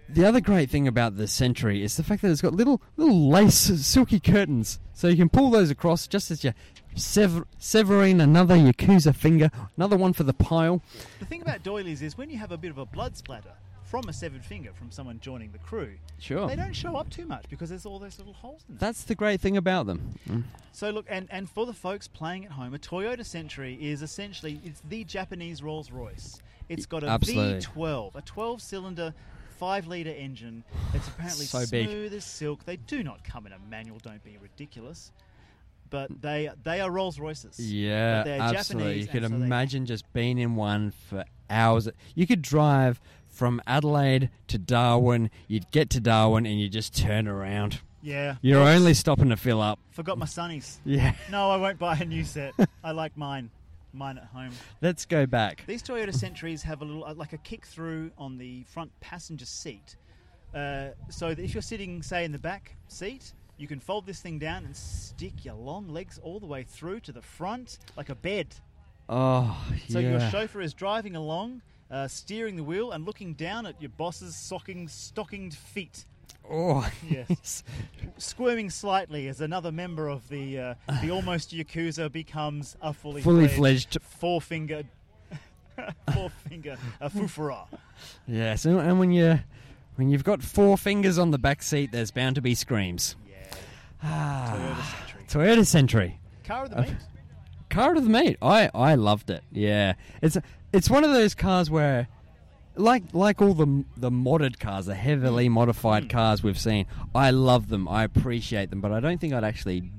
Speaker 2: the other great thing about the Century is the fact that it's got little little lace silky curtains, so you can pull those across just as you're sever- severing another Yakuza finger, another one for the pile.
Speaker 1: The thing about doilies is when you have a bit of a blood splatter from a severed finger from someone joining the crew,
Speaker 2: Sure,
Speaker 1: They don't show up too much because there's all those little holes in them.
Speaker 2: that's the great thing about them. Mm.
Speaker 1: so look, and, and for the folks playing at home, a Toyota Century is essentially it's the Japanese Rolls Royce. It's got a
Speaker 2: Absolutely.
Speaker 1: 12 a 12-cylinder, five-liter engine. It's apparently
Speaker 2: So big.
Speaker 1: smooth as silk. They do not come in a manual. Don't be ridiculous. But they they are Rolls Royces.
Speaker 2: Yeah,
Speaker 1: But they're
Speaker 2: absolutely.
Speaker 1: Japanese,
Speaker 2: you could
Speaker 1: and so they-
Speaker 2: imagine just being in one for hours. You could drive from Adelaide to Darwin. You'd get to Darwin and you just turn around.
Speaker 1: Yeah.
Speaker 2: You're
Speaker 1: Oops.
Speaker 2: only stopping to fill up.
Speaker 1: forgot my sunnies.
Speaker 2: Yeah,
Speaker 1: No, I won't buy a new set. I like mine. Mine at home.
Speaker 2: let's go back.
Speaker 1: These Toyota Centuries have a little, uh, like a kick through on the front passenger seat. Uh, so that if you're sitting, say, in the back seat, you can fold this thing down and stick your long legs all the way through to the front, like a bed.
Speaker 2: Oh,
Speaker 1: So
Speaker 2: yeah.
Speaker 1: your chauffeur is driving along, uh, steering the wheel, and looking down at your boss's socking, stockinged feet.
Speaker 2: oh,
Speaker 1: Yes. Squirming slightly as another member of the uh, the almost yakuza becomes a fully
Speaker 2: fully
Speaker 1: fledged
Speaker 2: fledged.
Speaker 1: four finger, four finger, a fufara.
Speaker 2: Yes, and, and when you when you've got four fingers on the back seat, there's bound to be screams.
Speaker 1: Yeah, Toyota
Speaker 2: Ah,
Speaker 1: Century.
Speaker 2: Toyota Century.
Speaker 1: Car of the meat.
Speaker 2: Car of the meat. I I loved it. Yeah, it's it's one of those cars where, like like all the the modded cars, the heavily
Speaker 1: Mm.
Speaker 2: modified cars we've seen. I love them. I appreciate them, but I don't think I'd actually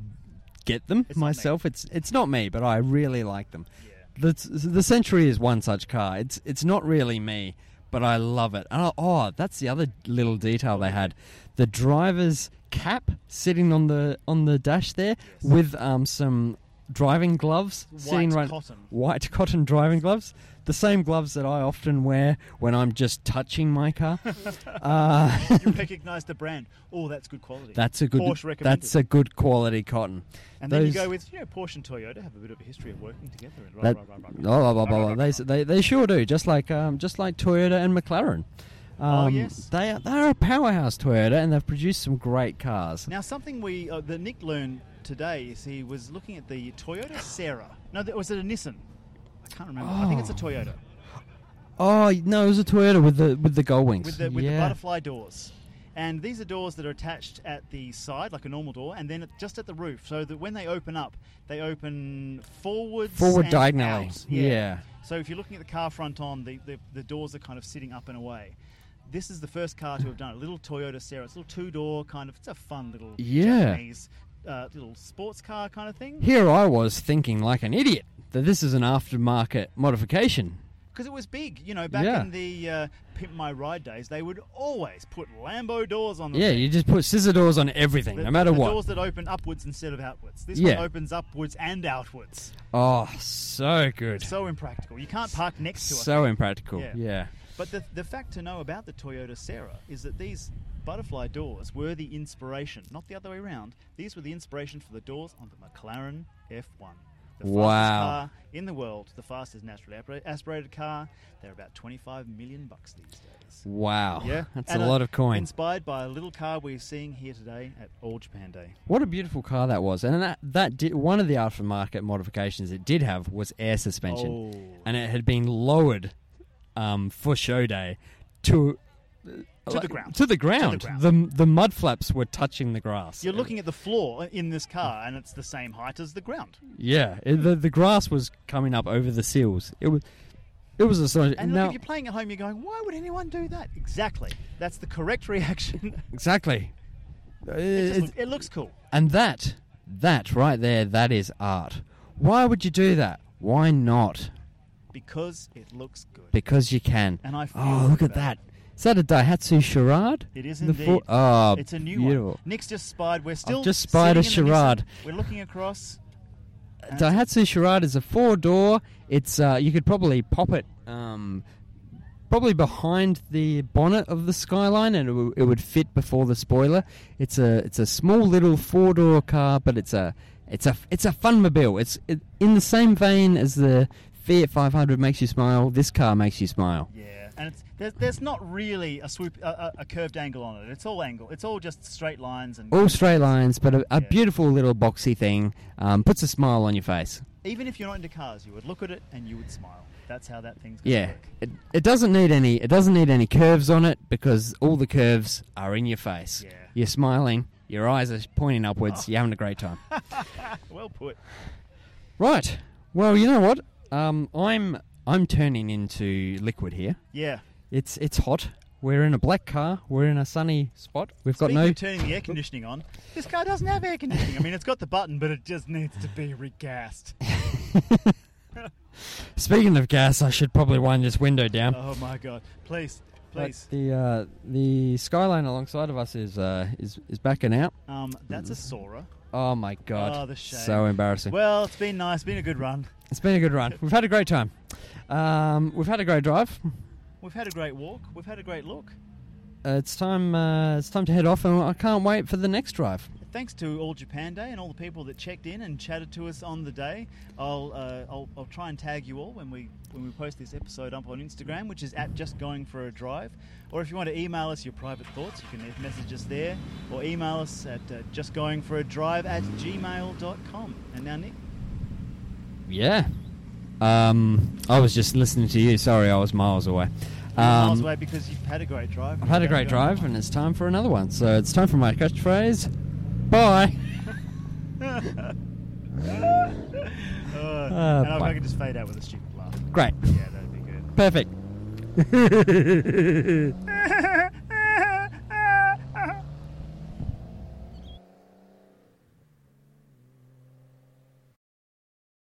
Speaker 2: get them
Speaker 1: It's not me.
Speaker 2: myself. It's it's not me, but I really like them.
Speaker 1: Yeah.
Speaker 2: The the Century is one such car. It's it's not really me, but I love it. And I, oh, that's the other little detail they had: the driver's cap sitting on the on the dash there with um some driving gloves, sitting
Speaker 1: White
Speaker 2: right
Speaker 1: cotton.
Speaker 2: white cotton driving gloves, the same gloves that I often wear when I'm just touching my car. uh,
Speaker 1: you recognise the brand. Oh, that's good quality.
Speaker 2: that's a good.
Speaker 1: Porsche recommended.
Speaker 2: that's a good quality cotton.
Speaker 1: and then you
Speaker 2: those-
Speaker 1: go with you know Porsche and Toyota have a bit of a history of working together. And rah,
Speaker 2: That-
Speaker 1: rah, rah, rah,
Speaker 2: Oh, blah, blah,
Speaker 1: rah, rah,
Speaker 2: blah, blah.
Speaker 1: rah,
Speaker 2: They,
Speaker 1: rah.
Speaker 2: s- they they sure do. Just like um, just like Toyota and McLaren. Um,
Speaker 1: Oh, yes.
Speaker 2: They are, they are a powerhouse Toyota, and they've produced some great cars.
Speaker 1: Now, something we uh, that Nick learned today is he was looking at the Toyota Sarah. No, th- was it a Nissan? I can't remember. I think it's a
Speaker 2: Oh.
Speaker 1: Toyota
Speaker 2: Oh no, it was a Toyota with the with the gold wings.
Speaker 1: with the with the
Speaker 2: Yeah.
Speaker 1: butterfly doors. And these are doors that are attached at the side, like a normal door, and then at- just at the roof, so that when they open up, they open forwards,
Speaker 2: Forward
Speaker 1: and
Speaker 2: diagonally.
Speaker 1: out.
Speaker 2: Yeah.
Speaker 1: So if you're looking at the car front on, the, the, the doors are kind of sitting up and away. This is the first car to have done it. A little Toyota Sarah. It's a little two door kind of. It's a fun little
Speaker 2: Yeah.
Speaker 1: Japanese uh, little sports car kind of thing.
Speaker 2: Here I was thinking like an idiot that this is an aftermarket modification.
Speaker 1: because it was big. You know, back
Speaker 2: Yeah.
Speaker 1: in the uh, Pimp My Ride days, they would always put Lambo doors on. The
Speaker 2: Yeah,
Speaker 1: thing.
Speaker 2: you just put scissor doors on everything,
Speaker 1: The-
Speaker 2: no matter
Speaker 1: the
Speaker 2: what.
Speaker 1: Doors that open upwards instead of outwards. This
Speaker 2: Yeah.
Speaker 1: one opens upwards and outwards.
Speaker 2: Oh, so good. So,
Speaker 1: So impractical. You can't park next to us.
Speaker 2: impractical.
Speaker 1: Yeah.
Speaker 2: Yeah.
Speaker 1: But the, the fact to know about the Toyota Sarah is that these butterfly doors were the inspiration, not the other way around. These were the inspiration for the doors on the McLaren F1. The fastest
Speaker 2: Wow.
Speaker 1: car in the world, the fastest naturally aspir- aspirated car. They're about 25 million bucks these days.
Speaker 2: Wow.
Speaker 1: Yeah,
Speaker 2: That's
Speaker 1: And,
Speaker 2: a
Speaker 1: uh,
Speaker 2: lot of coins.
Speaker 1: Inspired by a little car we're seeing here today at All Japan Day.
Speaker 2: What a beautiful car that was. And that that did, one of the aftermarket modifications it did have was air suspension.
Speaker 1: Oh.
Speaker 2: And it had been lowered um, for show day to uh,
Speaker 1: To the ground.
Speaker 2: To the ground.
Speaker 1: ground.
Speaker 2: the, the mud flaps were touching the grass.
Speaker 1: You're looking at the floor in this car, and it's the same height as the ground.
Speaker 2: Yeah, it, the the grass was coming up over the seals. It was it was astonishing.
Speaker 1: And
Speaker 2: now,
Speaker 1: look, if you're playing at home, you're going, why would anyone do that? Exactly. That's the correct reaction.
Speaker 2: exactly.
Speaker 1: it, just
Speaker 2: It's-
Speaker 1: look- it looks cool.
Speaker 2: and that that right there that is art. Why would you do that? Why not?
Speaker 1: Because it looks good.
Speaker 2: Because you can.
Speaker 1: And I feel
Speaker 2: oh, look
Speaker 1: good about
Speaker 2: at that.
Speaker 1: it.
Speaker 2: Is that a Daihatsu Charade?
Speaker 1: It is
Speaker 2: The
Speaker 1: indeed.
Speaker 2: four- oh,
Speaker 1: it's a new one.
Speaker 2: beautiful.
Speaker 1: Nick's just spied. We're still
Speaker 2: just spied a Uh,
Speaker 1: sitting in the Nissan.
Speaker 2: charade.
Speaker 1: We're looking across. and-
Speaker 2: Daihatsu Charade is a four door. It's uh, you could probably pop it um, probably behind the bonnet of the skyline, and it, w- it would fit before the spoiler. It's a it's a small little four door car, but it's a it's a it's a fun mobile. It's it, in the same vein as the Fiat 500 makes you smile. This car makes you smile.
Speaker 1: Yeah, and it's, there's, there's not really a swoop, a, a, a curved angle on it. It's all angle. It's all just straight lines and
Speaker 2: All straight lines, but a, a
Speaker 1: Yeah.
Speaker 2: beautiful little boxy thing um, puts a smile on your face.
Speaker 1: even if you're not into cars, you would look at it and you would smile. That's how that thing's going to
Speaker 2: Yeah,
Speaker 1: work.
Speaker 2: it, it doesn't need any it doesn't need any curves on it because all the curves are in your face.
Speaker 1: Yeah. Oh.
Speaker 2: You're smiling, your eyes are pointing upwards. You're having a great time.
Speaker 1: Well put.
Speaker 2: right. Well, you know what? Um, I'm I'm turning into liquid here.
Speaker 1: Yeah.
Speaker 2: It's it's hot. We're in a black car. We're in a sunny spot. We've got
Speaker 1: Speaking
Speaker 2: no
Speaker 1: of turning the air conditioning on, this car doesn't have air conditioning. I mean, it's got the button, but it just needs to be regassed.
Speaker 2: Speaking of gas, I should probably wind this window down.
Speaker 1: Oh my god! Please,
Speaker 2: But
Speaker 1: please.
Speaker 2: The uh, the skyline alongside of us is uh, is is backing out.
Speaker 1: Um, that's a Sora.
Speaker 2: Oh my god!
Speaker 1: Oh, the shame.
Speaker 2: So embarrassing.
Speaker 1: Well, it's been nice. Been a good run.
Speaker 2: It's been a good run. We've had a great time. Um, we've had a great drive.
Speaker 1: We've had a great walk. We've had a great look.
Speaker 2: Uh, it's time. Uh, it's time to head off, and I can't wait for the next drive.
Speaker 1: Thanks to All Japan Day and all the people that checked in and chatted to us on the day. I'll uh, I'll, I'll try and tag you all when we when we post this episode up on Instagram, which is at just going for a drive. Or if you want to email us your private thoughts, you can message us there or email us at uh, just going for a drive at gmail.com. And now Nick,
Speaker 2: Yeah. Um, I was just listening to you. Sorry, I was miles away. Um,
Speaker 1: miles away because you've had a great drive.
Speaker 2: I've had a great drive, and it's time for another one. So it's time for my catchphrase. Bye.
Speaker 1: Uh, and I- I
Speaker 2: bye.
Speaker 1: could just fade out with a stupid laugh.
Speaker 2: Great.
Speaker 1: Yeah, that'd be good.
Speaker 2: Perfect.